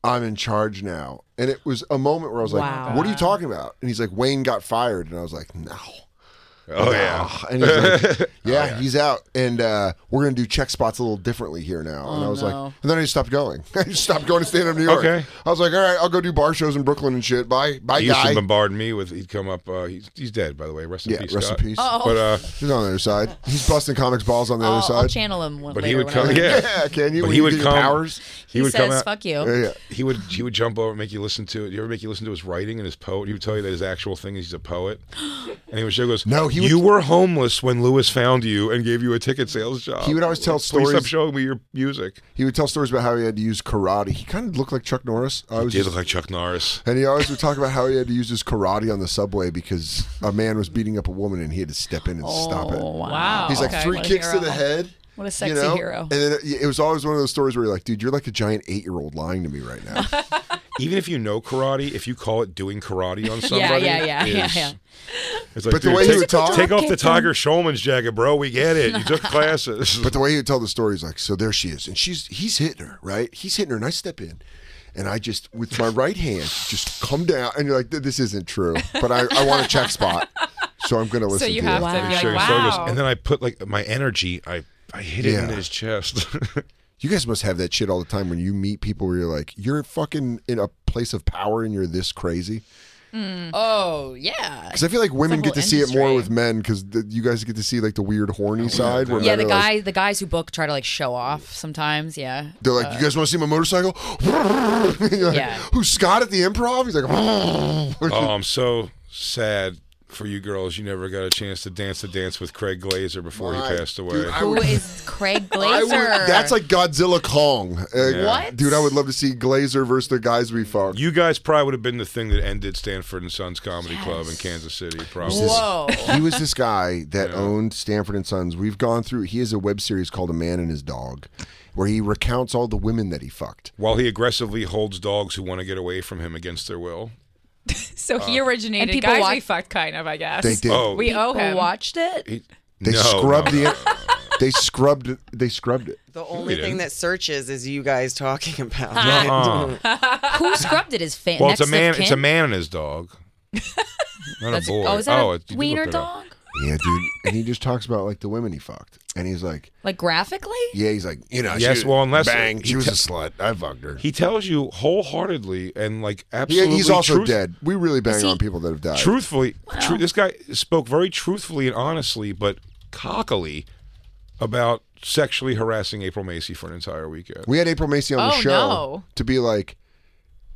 Speaker 4: I'm in charge now. And it was a moment where I was like,
Speaker 12: Wow.
Speaker 4: What are you talking about? And he's like, Wayne got fired. And I was like, No.
Speaker 3: Oh, yeah. Oh,
Speaker 4: And he's like, yeah, he's out, and uh, we're gonna do check spots a little differently here now. and
Speaker 12: Oh,
Speaker 4: I was
Speaker 12: no.
Speaker 4: like, and then I just stopped going. I just stopped going to stand up New York.
Speaker 3: Okay.
Speaker 4: I was like, all right, I'll go do bar shows in Brooklyn and shit. Bye, bye,
Speaker 3: he used
Speaker 4: guy.
Speaker 3: to bombard me with. He'd come up. Uh, he's, he's dead, by the way. Rest in
Speaker 4: yeah,
Speaker 3: peace.
Speaker 4: rest
Speaker 3: Scott.
Speaker 4: in peace.
Speaker 6: Oh.
Speaker 3: But uh,
Speaker 4: he's on the other side. He's busting comics balls on the
Speaker 6: I'll,
Speaker 4: other
Speaker 12: Oh,
Speaker 6: I'll
Speaker 4: side.
Speaker 6: channel him.
Speaker 3: but
Speaker 6: later
Speaker 3: he would
Speaker 6: when
Speaker 3: come.
Speaker 6: I'm-
Speaker 3: Yeah,
Speaker 4: Yeah, can you?
Speaker 3: But
Speaker 4: When
Speaker 3: he
Speaker 4: you
Speaker 3: would
Speaker 4: get your
Speaker 3: come.
Speaker 4: powers?
Speaker 3: He,
Speaker 6: He
Speaker 3: would come
Speaker 6: says,
Speaker 3: out.
Speaker 6: "Fuck you." Yeah, yeah.
Speaker 3: He would he would jump over, and make you listen to it. You ever make you listen to his writing and his poet? He would tell you that his actual thing is he's a poet. And he would show goes, no,
Speaker 4: he
Speaker 3: you were homeless when Lewis found you and gave you a ticket sales job.
Speaker 4: He would always tell
Speaker 3: Please stop
Speaker 4: stories-
Speaker 3: showing me your music.
Speaker 4: He would tell stories about how he had to use karate. He kind of looked like Chuck Norris. I
Speaker 3: He
Speaker 4: was
Speaker 3: did
Speaker 4: just-
Speaker 3: look like Chuck Norris.
Speaker 4: and he always would talk about how he had to use his karate on the subway because a man was beating up a woman and he had to step in and stop it.
Speaker 12: Oh,
Speaker 9: wow.
Speaker 4: He's like
Speaker 9: Okay,
Speaker 4: three
Speaker 9: what a
Speaker 4: kicks to
Speaker 9: hero.
Speaker 4: the head.
Speaker 9: What a sexy hero.
Speaker 4: And then it, it was always one of those stories where you're like, dude, you're like a giant eight year old lying to me right now.
Speaker 3: Even if you know karate, if you call it doing karate on somebody,
Speaker 6: yeah, yeah, yeah,
Speaker 3: is-
Speaker 6: yeah.
Speaker 3: It's like,
Speaker 4: But the
Speaker 3: dude,
Speaker 4: way he
Speaker 3: take,
Speaker 4: would talk-
Speaker 3: take off the Tiger Showman's jacket, bro. We get it. You took classes.
Speaker 4: but the way he would tell the story is like, so there she is, and she's he's hitting her, right? He's hitting her, and I step in. And I just, with my right hand, just come down, and you're like, "This isn't true," but I, I want a check spot, so I'm gonna
Speaker 7: So
Speaker 4: listen.
Speaker 7: you
Speaker 4: to
Speaker 7: have
Speaker 4: it.
Speaker 7: to be
Speaker 3: He
Speaker 7: like,
Speaker 3: showed his shoulders.
Speaker 7: wow.
Speaker 3: And then I put like my energy. I I hit it in
Speaker 4: Yeah.
Speaker 3: his chest.
Speaker 4: You guys must have that shit all the time when you meet people where you're like, "You're fucking in a place of power, and you're this crazy."
Speaker 6: Oh yeah.
Speaker 4: Because I feel like women
Speaker 6: whole
Speaker 4: get to see it more with men because you guys get to see like the weird horny side. Where
Speaker 6: Yeah,
Speaker 4: men
Speaker 6: the
Speaker 4: are like-
Speaker 6: guy, the guys who book try to like show off sometimes. Yeah.
Speaker 4: They're like,
Speaker 6: Uh,
Speaker 4: you guys want to see my motorcycle? You're like,
Speaker 6: Yeah.
Speaker 4: Who's Scott at the improv? He's like,
Speaker 3: oh, I'm so sad for you girls, you never got a chance to dance the dance with Craig Glazer before
Speaker 4: My-
Speaker 3: he passed away.
Speaker 4: dude, I Who would-
Speaker 9: is Craig
Speaker 4: I
Speaker 9: Glazer?
Speaker 4: would- that's like Godzilla Kong. Uh,
Speaker 3: Yeah. What?
Speaker 4: Dude, I would love to see Glazer versus the guys we fought.
Speaker 3: You guys probably would have been the thing that ended Stanford and Sons Comedy Club in Kansas City. Probably.
Speaker 4: he was this guy that owned Stanford and Sons. We've gone through. He has a web series called A Man and His Dog, where he recounts all the women that he fucked.
Speaker 3: While he aggressively holds dogs who want to get away from him against their will.
Speaker 7: So he
Speaker 3: Uh,
Speaker 7: originated
Speaker 9: And people
Speaker 7: guys
Speaker 9: watch-
Speaker 7: we fucked, kind of, I guess.
Speaker 4: They did. Oh.
Speaker 7: We owe
Speaker 9: People
Speaker 7: him.
Speaker 9: watched it.
Speaker 3: He-
Speaker 4: They
Speaker 3: No,
Speaker 4: scrubbed
Speaker 3: no,
Speaker 4: the. They scrubbed. it- They scrubbed it.
Speaker 8: The only
Speaker 4: we
Speaker 8: thing
Speaker 4: didn't.
Speaker 8: that searches is you guys talking about
Speaker 3: Nuh-uh.
Speaker 8: it.
Speaker 6: Who scrubbed it? Is fan?
Speaker 3: well,
Speaker 6: next
Speaker 3: it's a man.
Speaker 6: Of kin?
Speaker 3: It's a man and his dog. Not
Speaker 6: That's-
Speaker 3: a boy.
Speaker 6: Oh, is that
Speaker 3: it- you
Speaker 6: a
Speaker 3: did
Speaker 6: wiener
Speaker 3: look it up.
Speaker 6: dog?
Speaker 4: Yeah, dude. And he just talks about like the women he fucked, and he's like,
Speaker 6: Like graphically?
Speaker 4: yeah, he's like, you know, she
Speaker 3: yes.
Speaker 4: was-
Speaker 3: well, unless
Speaker 4: bang,
Speaker 3: he
Speaker 4: she was
Speaker 3: te-
Speaker 4: a slut. I fucked her.
Speaker 3: He tells you wholeheartedly and like
Speaker 4: Yeah,
Speaker 3: absolutely.
Speaker 4: he's also
Speaker 3: truth-
Speaker 4: dead. We really bang
Speaker 3: Is he-
Speaker 4: on people that have died.
Speaker 3: Truthfully, tru- this guy spoke very truthfully and honestly, but cockily about sexually harassing April Macy for an entire weekend.
Speaker 4: We had April Macy on the
Speaker 3: Oh,
Speaker 4: show
Speaker 3: no.
Speaker 4: to be like,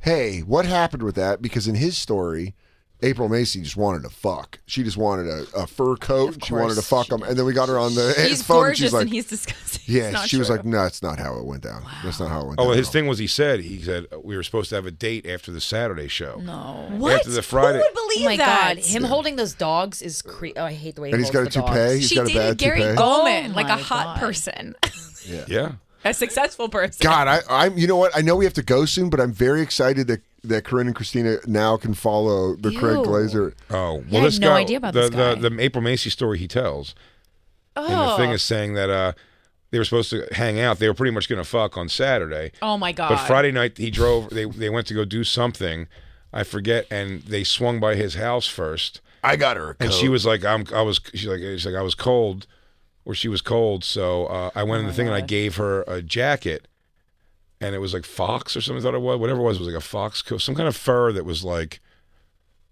Speaker 4: hey, what happened with that? Because in his story, April Macy just wanted to fuck. She just wanted a, a fur coat. She wanted to fuck him. And then we got her on the
Speaker 7: He's
Speaker 4: phone. and
Speaker 7: gorgeous
Speaker 4: she's like,
Speaker 7: and he's disgusting. It's
Speaker 4: yeah,
Speaker 7: not
Speaker 4: she was
Speaker 7: true.
Speaker 4: like, no, that's not how it went down. That's not how it went
Speaker 3: Oh,
Speaker 4: down.
Speaker 3: well, his thing was he said he said we were supposed to have a date after the Saturday show.
Speaker 6: No.
Speaker 9: What?
Speaker 3: After the Friday.
Speaker 6: oh my
Speaker 9: that?
Speaker 6: god, him holding those dogs is cre- oh, I hate the way he
Speaker 3: And he's got
Speaker 6: holds
Speaker 3: a
Speaker 6: the
Speaker 3: toupee?
Speaker 6: dogs.
Speaker 3: He's
Speaker 7: she
Speaker 3: got a
Speaker 7: dated
Speaker 3: bad
Speaker 7: Gary
Speaker 3: toupee?
Speaker 7: Goldman,
Speaker 6: Oh
Speaker 7: like
Speaker 6: my
Speaker 7: a hot
Speaker 6: God.
Speaker 7: person,
Speaker 4: yeah.
Speaker 7: a successful person.
Speaker 4: God, I, I'm. You know what? I know we have to go soon, but I'm very excited that that Corinne and Christina now can follow the Craig
Speaker 7: Ew.
Speaker 4: Glazer.
Speaker 3: Oh, well,
Speaker 7: Yeah, I had
Speaker 3: this
Speaker 7: no
Speaker 3: guy,
Speaker 7: idea about
Speaker 3: the,
Speaker 7: this guy.
Speaker 3: The, the April Macy story he tells. And the
Speaker 7: Oh.
Speaker 3: thing is saying that uh, they were supposed to hang out. They were pretty much going to fuck on Saturday.
Speaker 7: Oh my god.
Speaker 3: But Friday night he drove. They they went to go do something, I forget, and they swung by his house first.
Speaker 4: I got her,
Speaker 3: and she was like, "I'm." I was. She's like, she's like, I was cold, or she was cold. So uh, I went in the thing and I gave her a jacket, and it was like fox or something. I thought it was whatever it was. It was like a fox coat, some kind of fur that was like.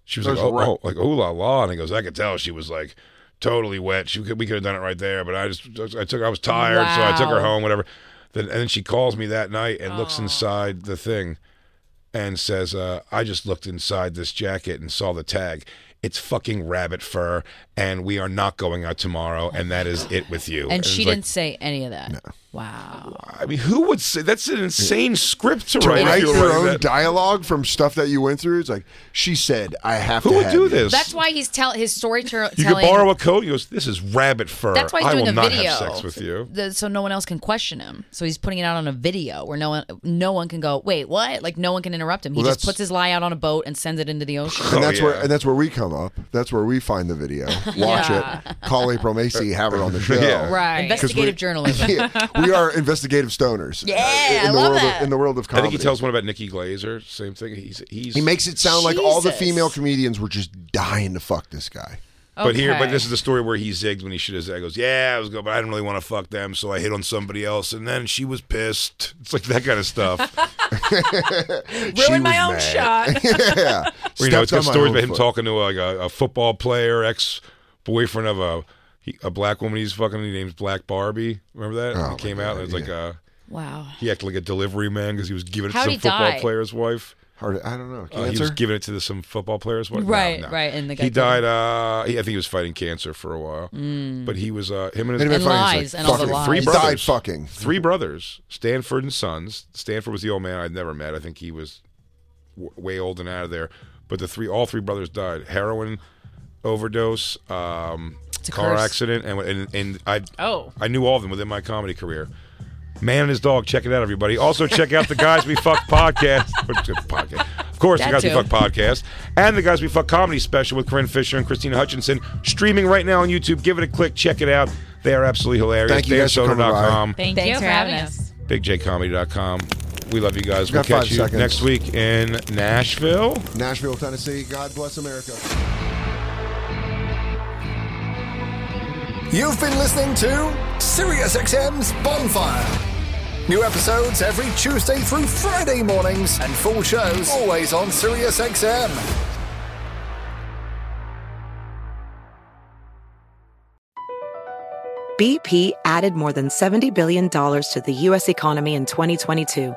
Speaker 3: She was
Speaker 12: It
Speaker 3: like,
Speaker 12: was
Speaker 3: oh,
Speaker 12: wet.
Speaker 3: oh, like ooh la la, and he goes, I could tell she was like totally wet. She could, we could have done it right there, but I just I took I was tired, so I took her
Speaker 12: Wow.
Speaker 3: home, whatever. Then and then she calls me that night and looks inside the thing, and says, uh, I just looked inside this jacket and saw the tag. It's fucking rabbit fur, and we are not going out tomorrow, and that is it with you.
Speaker 6: And
Speaker 3: it's
Speaker 6: she
Speaker 3: like,
Speaker 6: didn't say any of that. Wow.
Speaker 3: I mean, who would say that's an insane script to
Speaker 4: to
Speaker 3: write? if
Speaker 4: write
Speaker 3: you were
Speaker 4: your
Speaker 3: writing
Speaker 4: own
Speaker 3: that.
Speaker 4: dialogue from stuff that you went through. It's like she said, I have
Speaker 3: Who
Speaker 4: to.
Speaker 3: would
Speaker 4: have
Speaker 3: do
Speaker 4: you."
Speaker 3: this?
Speaker 6: That's why he's tell his story tur-
Speaker 3: You could
Speaker 6: telling.
Speaker 3: borrow a coat. He goes, "This is rabbit fur.
Speaker 6: That's why he's
Speaker 3: I
Speaker 6: doing
Speaker 3: will
Speaker 6: a
Speaker 3: not
Speaker 6: video.
Speaker 3: have sex with you."
Speaker 6: the- so no one else can question him. So he's putting it out on a video where no one no one can go, "Wait, what?" Like no one can interrupt him. He
Speaker 4: Well,
Speaker 6: just
Speaker 4: that's-
Speaker 6: puts his lie out on a boat and sends it into the ocean.
Speaker 3: Oh,
Speaker 4: And that's where and that's where we come up. That's where we find the video, watch
Speaker 6: Yeah.
Speaker 4: it, call April Macy, have her on the show.
Speaker 3: Yeah.
Speaker 4: 'Cause
Speaker 6: Right.
Speaker 4: we-
Speaker 6: Investigative journalism.
Speaker 4: Yeah, we are investigative stoners. Yeah, in the world Of, in the world of
Speaker 3: I
Speaker 4: comedy,
Speaker 3: think he tells one about Nikki Glazer. Same thing. He's he's
Speaker 4: He makes it sound like all the
Speaker 3: Jesus.
Speaker 4: female comedians were just dying to fuck this guy.
Speaker 3: But here, but this is the story where he zigged when he should have zagged. He Goes, yeah, I was going, but I didn't really want to fuck them, so I hit on somebody else, and then she was pissed. It's like that kind of stuff.
Speaker 4: Ruined
Speaker 9: my own shot.
Speaker 4: yeah,
Speaker 3: Or, you know, it's got
Speaker 4: Stepped on my
Speaker 3: stories
Speaker 4: own
Speaker 3: about him
Speaker 4: foot.
Speaker 3: talking to like a, a football player, ex boyfriend of a he, a black woman he's fucking. He names Black Barbie. Remember that?
Speaker 4: Oh,
Speaker 3: it came out. and It was like a
Speaker 6: Wow.
Speaker 3: he acted like a delivery man because he was giving it to
Speaker 6: How'd
Speaker 3: some
Speaker 6: he
Speaker 3: football
Speaker 6: die?
Speaker 3: player's wife.
Speaker 4: Hard, I don't know.
Speaker 3: Uh, he was
Speaker 4: Cancer?
Speaker 3: giving it to the, some football players. What? No,
Speaker 6: Right,
Speaker 3: no.
Speaker 6: right, and the guy
Speaker 3: he
Speaker 6: died.
Speaker 3: died. Uh, he, I think he was fighting cancer for a while.
Speaker 6: Mm.
Speaker 3: But he was uh, him and his
Speaker 4: And
Speaker 3: brother-
Speaker 6: lies and all the
Speaker 3: fucking Three
Speaker 4: lies. He
Speaker 3: brothers,
Speaker 4: died fucking.
Speaker 3: three brothers, Stanford and Sons. Stanford was the old man I'd never met. I think he was w- way old and out of there. But the three, all three brothers died: heroin overdose, um,
Speaker 12: a
Speaker 3: car
Speaker 12: curse.
Speaker 3: accident, and and, and I
Speaker 7: Oh.
Speaker 3: I knew all of them within my comedy career. Man and his dog. Check it out, everybody. Also, check out the Guys We Fuck podcast. podcast. Of course,
Speaker 12: That
Speaker 3: the Guys
Speaker 12: too.
Speaker 3: We Fuck podcast. And the Guys We Fuck comedy special with Corinne Fisher and Christina Hutchinson. Streaming right now on YouTube. Give it a click. Check it out. They are absolutely hilarious.
Speaker 4: Thank you guys for coming by.
Speaker 3: DanSoder.com,
Speaker 7: Thank
Speaker 9: Thanks
Speaker 7: you
Speaker 9: for
Speaker 7: for
Speaker 9: having
Speaker 7: having us.
Speaker 3: BigJComedy.com. We love you guys. We'll
Speaker 4: Got five
Speaker 3: catch you
Speaker 4: seconds.
Speaker 3: next week in Nashville.
Speaker 4: Nashville, Tennessee. God bless America.
Speaker 13: You've been listening to SiriusXM's Bonfire. New episodes every Tuesday through Friday mornings, and full shows always on SiriusXM.
Speaker 10: BP added more than $70 billion to the U.S. economy in 2022.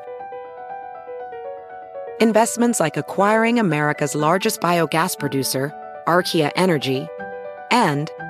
Speaker 10: Investments like acquiring America's largest biogas producer, Archaea Energy, and